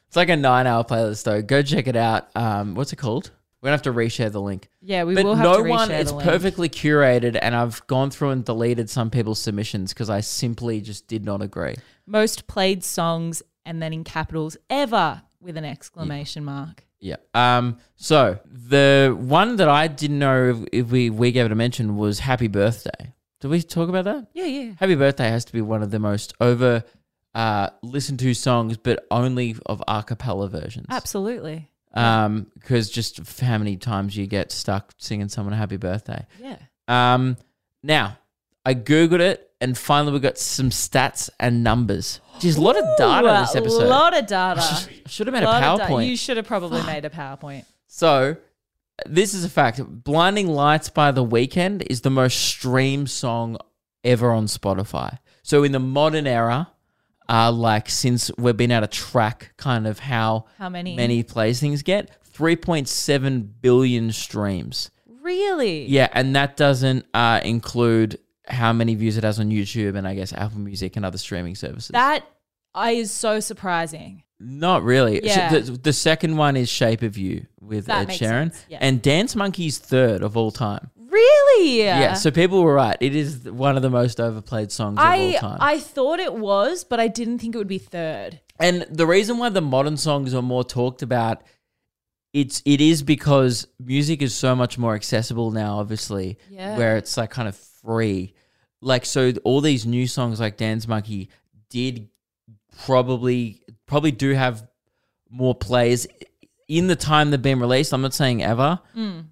Speaker 2: it's like a nine-hour playlist though. Go check it out. Um, what's it called? We're gonna have to reshare the link.
Speaker 1: yeah we
Speaker 2: but
Speaker 1: will have
Speaker 2: no
Speaker 1: to
Speaker 2: one
Speaker 1: reshare
Speaker 2: it's
Speaker 1: the link.
Speaker 2: perfectly curated and i've gone through and deleted some people's submissions because i simply just did not agree
Speaker 1: most played songs and then in capitals ever with an exclamation mark
Speaker 2: yeah um so the one that i didn't know if, if we we gave it a mention was happy birthday did we talk about that
Speaker 1: yeah yeah
Speaker 2: happy birthday has to be one of the most over uh listened to songs but only of a cappella versions
Speaker 1: absolutely
Speaker 2: um because just f- how many times you get stuck singing someone happy birthday
Speaker 1: yeah
Speaker 2: Um, now I googled it and finally we got some stats and numbers. Geez, a lot of data in this episode.
Speaker 1: a lot of data
Speaker 2: I should have made a
Speaker 1: Lot of data.
Speaker 2: PowerPoint.
Speaker 1: you should have probably made a powerpoint
Speaker 2: so this is a fact. Blinding Lights by The Weekend is the most streamed song ever on Spotify. So in the modern era, uh, like since we've been able to track kind of how
Speaker 1: How many?
Speaker 2: many plays things get, 3.7 billion streams.
Speaker 1: really
Speaker 2: Yeah, and that doesn't uh, include how many views it has on YouTube and I guess Apple Music and other streaming services.
Speaker 1: That I is so surprising.
Speaker 2: Not really. So
Speaker 1: Yeah.
Speaker 2: the, the second one is Shape of You with
Speaker 1: That
Speaker 2: Ed
Speaker 1: makes
Speaker 2: Sheeran.
Speaker 1: sense, yeah.
Speaker 2: And Dance Monkey's third of all time.
Speaker 1: Really?
Speaker 2: Yeah. so people were right. It is one of the most overplayed songs
Speaker 1: I
Speaker 2: of all time.
Speaker 1: I thought it was, but I didn't think it would be third.
Speaker 2: and the reason why the modern songs are more talked about it's it is because music is so much more accessible now obviously
Speaker 1: Yeah.
Speaker 2: where it's like kind of free like so all these new songs like dance monkey did probably probably do have more plays in the time they've been released, I'm not saying ever,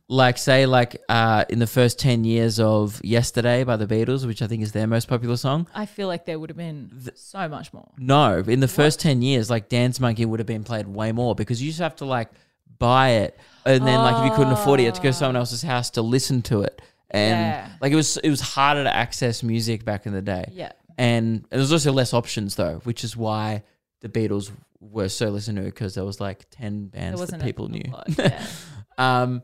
Speaker 2: like say like uh, in the first 10 years of Yesterday by the Beatles, which I think is their most popular song.
Speaker 1: I feel like there would have been so much more.
Speaker 2: No, in the first 10 years, like Dance Monkey would have been played way more because you just have to like buy it. And then like if you couldn't afford it, you had to go to someone else's house to listen to it. And
Speaker 1: Yeah.
Speaker 2: like it was it was harder to access music back in the day.
Speaker 1: Yeah.
Speaker 2: And there was also less options though, which is why the Beatles were so listened to because there was like 10
Speaker 1: There
Speaker 2: bands that
Speaker 1: wasn't a-
Speaker 2: people
Speaker 1: a
Speaker 2: knew.
Speaker 1: lot, Yeah.
Speaker 2: Um,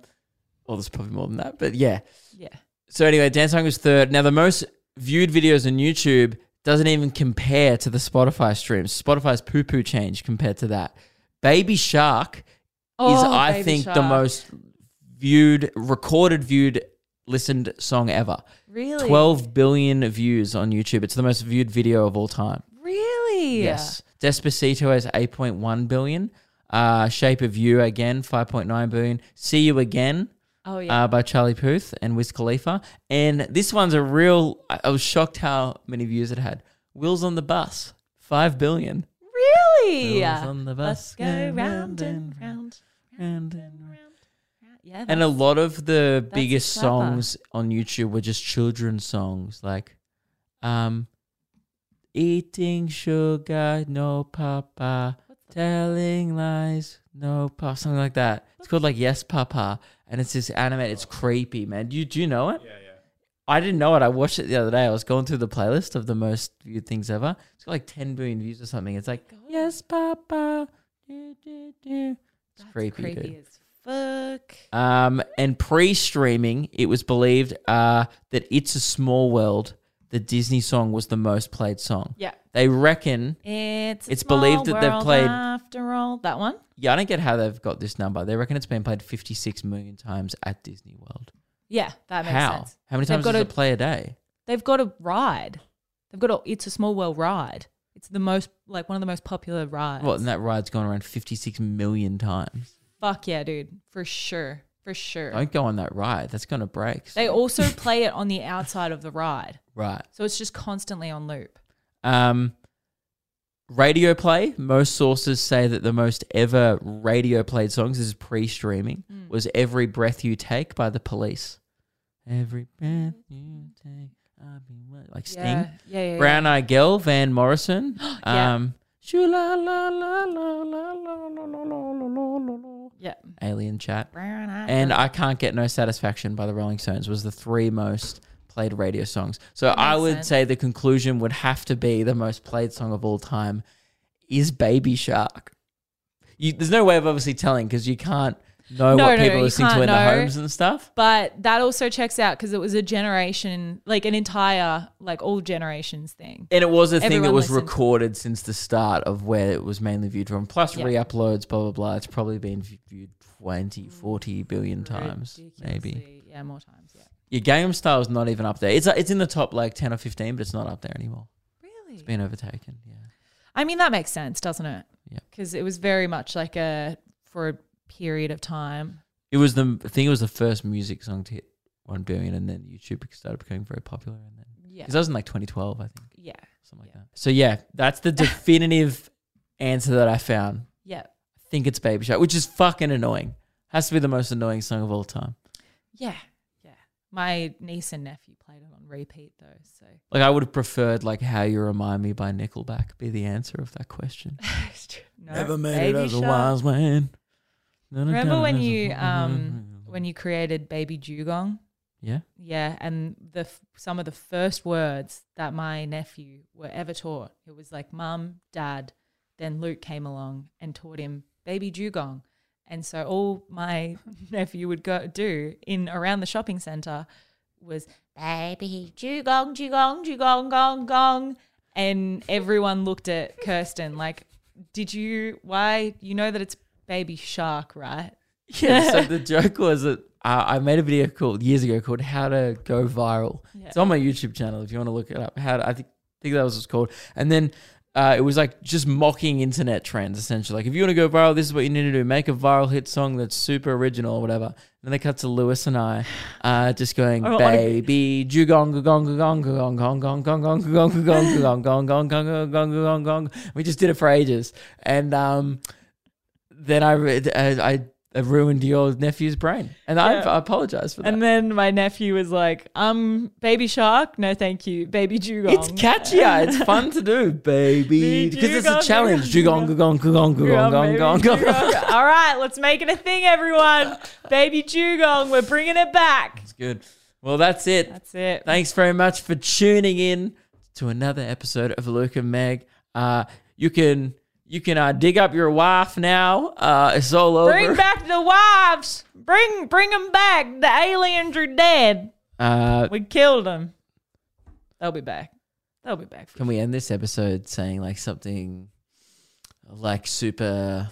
Speaker 2: well, there's probably more than that, but yeah.
Speaker 1: yeah.
Speaker 2: So anyway, Dance Monkey was third. Now the most viewed videos on YouTube doesn't even compare to the Spotify streams. Spotify's poo poo change compared to that. Baby Shark is,
Speaker 1: Oh,
Speaker 2: I
Speaker 1: Baby
Speaker 2: think, the
Speaker 1: Shark.
Speaker 2: most viewed, recorded, viewed, listened song ever.
Speaker 1: really
Speaker 2: 12 billion views on YouTube. It's the most viewed video of all time.
Speaker 1: Really?
Speaker 2: Yes. Despacito has 8.1 billion. Uh, Shape of You again, 5.9 billion. See You Again
Speaker 1: Oh yeah.
Speaker 2: uh, by Charlie Puth and Wiz Khalifa. And this one's a real, I, I was shocked how many views it had. Wheels on the Bus, 5 billion.
Speaker 1: really?
Speaker 2: Wheels on the
Speaker 1: Let's
Speaker 2: Bus.
Speaker 1: go round and round.
Speaker 2: round and round.
Speaker 1: Yeah.
Speaker 2: And a lot of the
Speaker 1: That's
Speaker 2: biggest
Speaker 1: clever.
Speaker 2: songs on YouTube were just children's songs, like um, "Eating Sugar, No Papa," "Telling Lies, No Papa," something like that. It's called like "Yes Papa," and it's this animated. It's creepy, man. You do you know it?
Speaker 3: yeah.
Speaker 2: I didn't know it. I watched it the other day. I was going through the playlist of the most viewed things ever. It's got like 10 billion views or something. It's like, yes, Papa. Do, do, do. It's
Speaker 1: That's
Speaker 2: creepy, dude.
Speaker 1: as fuck.
Speaker 2: Um, and pre-streaming, it was believed uh, that "It's a Small World," the Disney song, was the most played song.
Speaker 1: Yeah.
Speaker 2: They reckon.
Speaker 1: It's a
Speaker 2: It's believed
Speaker 1: small
Speaker 2: that they've
Speaker 1: world
Speaker 2: played-
Speaker 1: after all that one.
Speaker 2: Yeah, I don't get how they've got this number. They reckon it's been played 56 million times at Disney World.
Speaker 1: Yeah, that makes
Speaker 2: How?
Speaker 1: sense.
Speaker 2: How many
Speaker 1: They've
Speaker 2: times
Speaker 1: got
Speaker 2: does it
Speaker 1: to-
Speaker 2: play a day?
Speaker 1: They've got a ride. They've got a. It's a small world ride. It's the most like one of the most popular rides.
Speaker 2: Well, and that ride's gone around 56 million times.
Speaker 1: Fuck yeah, dude, for sure, for sure.
Speaker 2: Don't go on that ride. That's gonna break.
Speaker 1: They also play it on the outside of the ride,
Speaker 2: right.
Speaker 1: so it's just constantly on loop.
Speaker 2: Um, radio play. Most sources say that the most ever radio played songs this is pre-streaming was "Every Breath You Take" by the Police. Every breath you take, I'll be wa- like Sting.
Speaker 1: Yeah, yeah, yeah. yeah.
Speaker 2: Brown Eyed Girl, Van Morrison.
Speaker 1: Yeah.
Speaker 2: Um, shoo la la la la la la la la la la la la la.
Speaker 1: Yeah.
Speaker 2: Alien chat.
Speaker 1: Brown eye.
Speaker 2: And I Can't Get No Satisfaction by the Rolling Stones was the three most played radio songs. So I
Speaker 1: makes
Speaker 2: would
Speaker 1: sense.
Speaker 2: say the conclusion would have to be the most played song of all time is Baby Shark. You, there's no way of obviously telling because you can't know
Speaker 1: No,
Speaker 2: what
Speaker 1: no,
Speaker 2: people are
Speaker 1: you
Speaker 2: listening to
Speaker 1: can't
Speaker 2: in their
Speaker 1: know.
Speaker 2: homes and stuff.
Speaker 1: but that also checks out because it was a generation, like an entire, like all generations thing.
Speaker 2: And it was a thing that
Speaker 1: Everyone
Speaker 2: was
Speaker 1: listened.
Speaker 2: recorded since the start of where it was mainly viewed from. Plus
Speaker 1: Yeah.
Speaker 2: re-uploads, blah, blah, blah. It's probably been viewed 20, 40 billion times, maybe.
Speaker 1: Ridiculously- Yeah, more times. Yeah.
Speaker 2: Your game style is not even up there. It's it's in the top like ten or fifteen, but it's not up there anymore.
Speaker 1: Really?
Speaker 2: It's been overtaken. Yeah.
Speaker 1: I mean, that makes sense, doesn't it?
Speaker 2: Yeah.
Speaker 1: Because it was very much like a for a period of time.
Speaker 2: It was the I think it was the first music song to hit one billion, and then YouTube started becoming very popular, and then
Speaker 1: Yeah.
Speaker 2: because that was in like 2012, I think,
Speaker 1: Yeah.
Speaker 2: something
Speaker 1: Yeah.
Speaker 2: like that. So yeah, that's the definitive answer that I found.
Speaker 1: Yeah.
Speaker 2: I think it's Baby Shark, which is fucking annoying. Has to be the most annoying song of all time.
Speaker 1: Yeah. Yeah. My niece and nephew played it on repeat though, so
Speaker 2: Like I would have preferred like "How You Remind Me" by Nickelback be the answer of that question.
Speaker 1: no,
Speaker 2: Never made
Speaker 1: Baby
Speaker 2: it as
Speaker 1: Shark.
Speaker 2: a wise man.
Speaker 1: Remember when you um when you created Baby Dugong?
Speaker 2: yeah.
Speaker 1: Yeah, and the f- some of the first words that my nephew were ever taught, it was like mum, dad. Then Luke came along and taught him baby dugong, and so all my nephew would go do in around the shopping centre was baby dugong, dugong, dugong, gong, gong, and everyone looked at Kirsten like, "Did you? Why? You know that it's baby shark, right?"
Speaker 2: Yeah. so the joke was that uh, I made a video called years ago called "How to Go Viral." It's on my YouTube channel if you want to look it up. How to, I think think that was what it's called. And then uh, it was like just mocking internet trends essentially. Like if you want to go viral, this is what you need to do: make a viral hit song that's super original or whatever. And then they cut to Lewis and I uh, just going
Speaker 1: I don't wanna be-
Speaker 2: baby dugong gong gong gong gong gong gong gong gong gong gong gong gong gong gong gong gong gong gong. We just did it for ages, and um then I re- I, I- I ruined your nephew's brain, and I,
Speaker 1: Yeah.
Speaker 2: I apologize for that.
Speaker 1: And then my nephew was like, um, baby shark? No, thank you. Baby dugong.
Speaker 2: it's catchier. It's fun to do, baby,
Speaker 1: Baby
Speaker 2: because it's
Speaker 1: dugong,
Speaker 2: a challenge. Dugong, dugong,
Speaker 1: Dugong,
Speaker 2: dugong, dugong, dong,
Speaker 1: baby
Speaker 2: dong, dong.
Speaker 1: dugong. All right, let's make it a thing, everyone. Baby dugong, we're bringing it back.
Speaker 2: It's good. Well, that's it.
Speaker 1: That's it.
Speaker 2: Thanks very much for tuning in to another episode of Luke and Meg. Uh, you can you can uh, dig up your wife now. Uh, it's all over.
Speaker 1: Bring back the wives. Bring bring them back. The aliens are dead.
Speaker 2: uh,
Speaker 1: We killed them. They'll be back. They'll be back.
Speaker 2: can we end this episode saying like something like super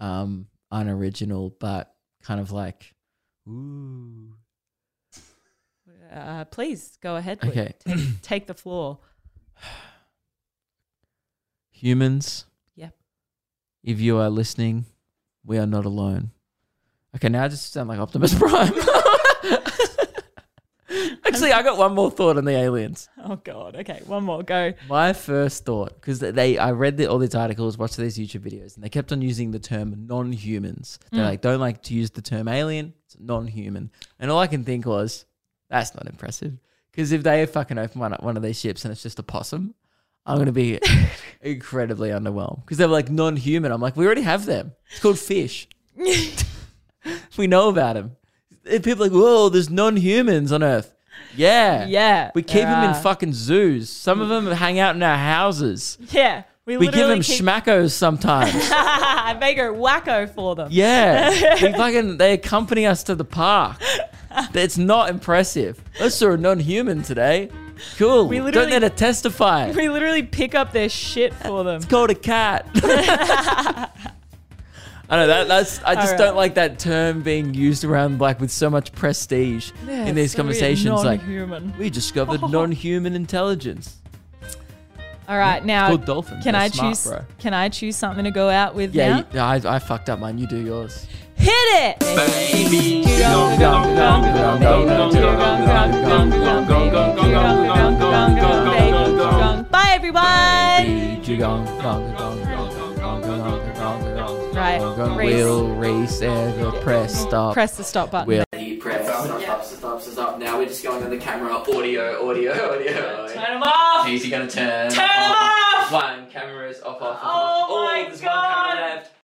Speaker 2: um, unoriginal, but kind of like ooh.
Speaker 1: Uh, please go ahead. Luke.
Speaker 2: Okay,
Speaker 1: Take, take the floor.
Speaker 2: humans.
Speaker 1: Yep.
Speaker 2: If you are listening, we are not alone. Okay, now I just sound like Optimus Prime. Actually, I got one more thought on the aliens.
Speaker 1: Oh God. Okay, one more. Go.
Speaker 2: My first thought, because they, I read the, all these articles, watched these YouTube videos, and they kept on using the term non-humans. They like don't like to use the term alien. It's non-human, and all I can think was, that's not impressive. Because if they fucking open one, one of these ships and it's just a possum, I'm gonna be incredibly underwhelmed. Because they're like non-human. I'm like, we already have them. It's called fish. we know about them. People are like, whoa, there's non-humans on Earth. Yeah,
Speaker 1: Yeah.
Speaker 2: we keep
Speaker 1: there
Speaker 2: them in
Speaker 1: are.
Speaker 2: fucking zoos. Some of them hang out in our houses.
Speaker 1: Yeah. We,
Speaker 2: We give
Speaker 1: literally
Speaker 2: them
Speaker 1: keep-
Speaker 2: schmackos sometimes.
Speaker 1: they go wacko for them.
Speaker 2: yeah. We fucking, they accompany us to the park. It's not impressive. I saw a non human today. Cool.
Speaker 1: We
Speaker 2: Don't
Speaker 1: literally-
Speaker 2: need to testify.
Speaker 1: We literally pick up their shit for them.
Speaker 2: Called a cat. I know that. That's. I just
Speaker 1: Alright.
Speaker 2: don't like that term being used around like with so much prestige in these conversations. Like
Speaker 1: human.
Speaker 2: we discovered non-human intelligence.
Speaker 1: All right, now
Speaker 2: called dolphins.
Speaker 1: Uh, Can
Speaker 2: They're
Speaker 1: I
Speaker 2: smart,
Speaker 1: choose?
Speaker 2: bro.
Speaker 1: Can I choose something to go out with
Speaker 2: Yeah,
Speaker 1: now?
Speaker 2: you- I, I fucked up mine. You do yours.
Speaker 1: Hit it! Bye, everyone. Right, race.
Speaker 2: Will race ever press stop?
Speaker 1: Press the stop button.
Speaker 2: Will. Press stop, stop, stop, stop. Now we're just going on the camera. Audio, audio, audio.
Speaker 1: Turn 'em off.
Speaker 2: He's gonna turn.
Speaker 1: Turn 'em off.
Speaker 2: One camera is off, off, off.
Speaker 1: Oh
Speaker 2: off.
Speaker 1: my
Speaker 2: there's one camera
Speaker 1: God.
Speaker 2: left.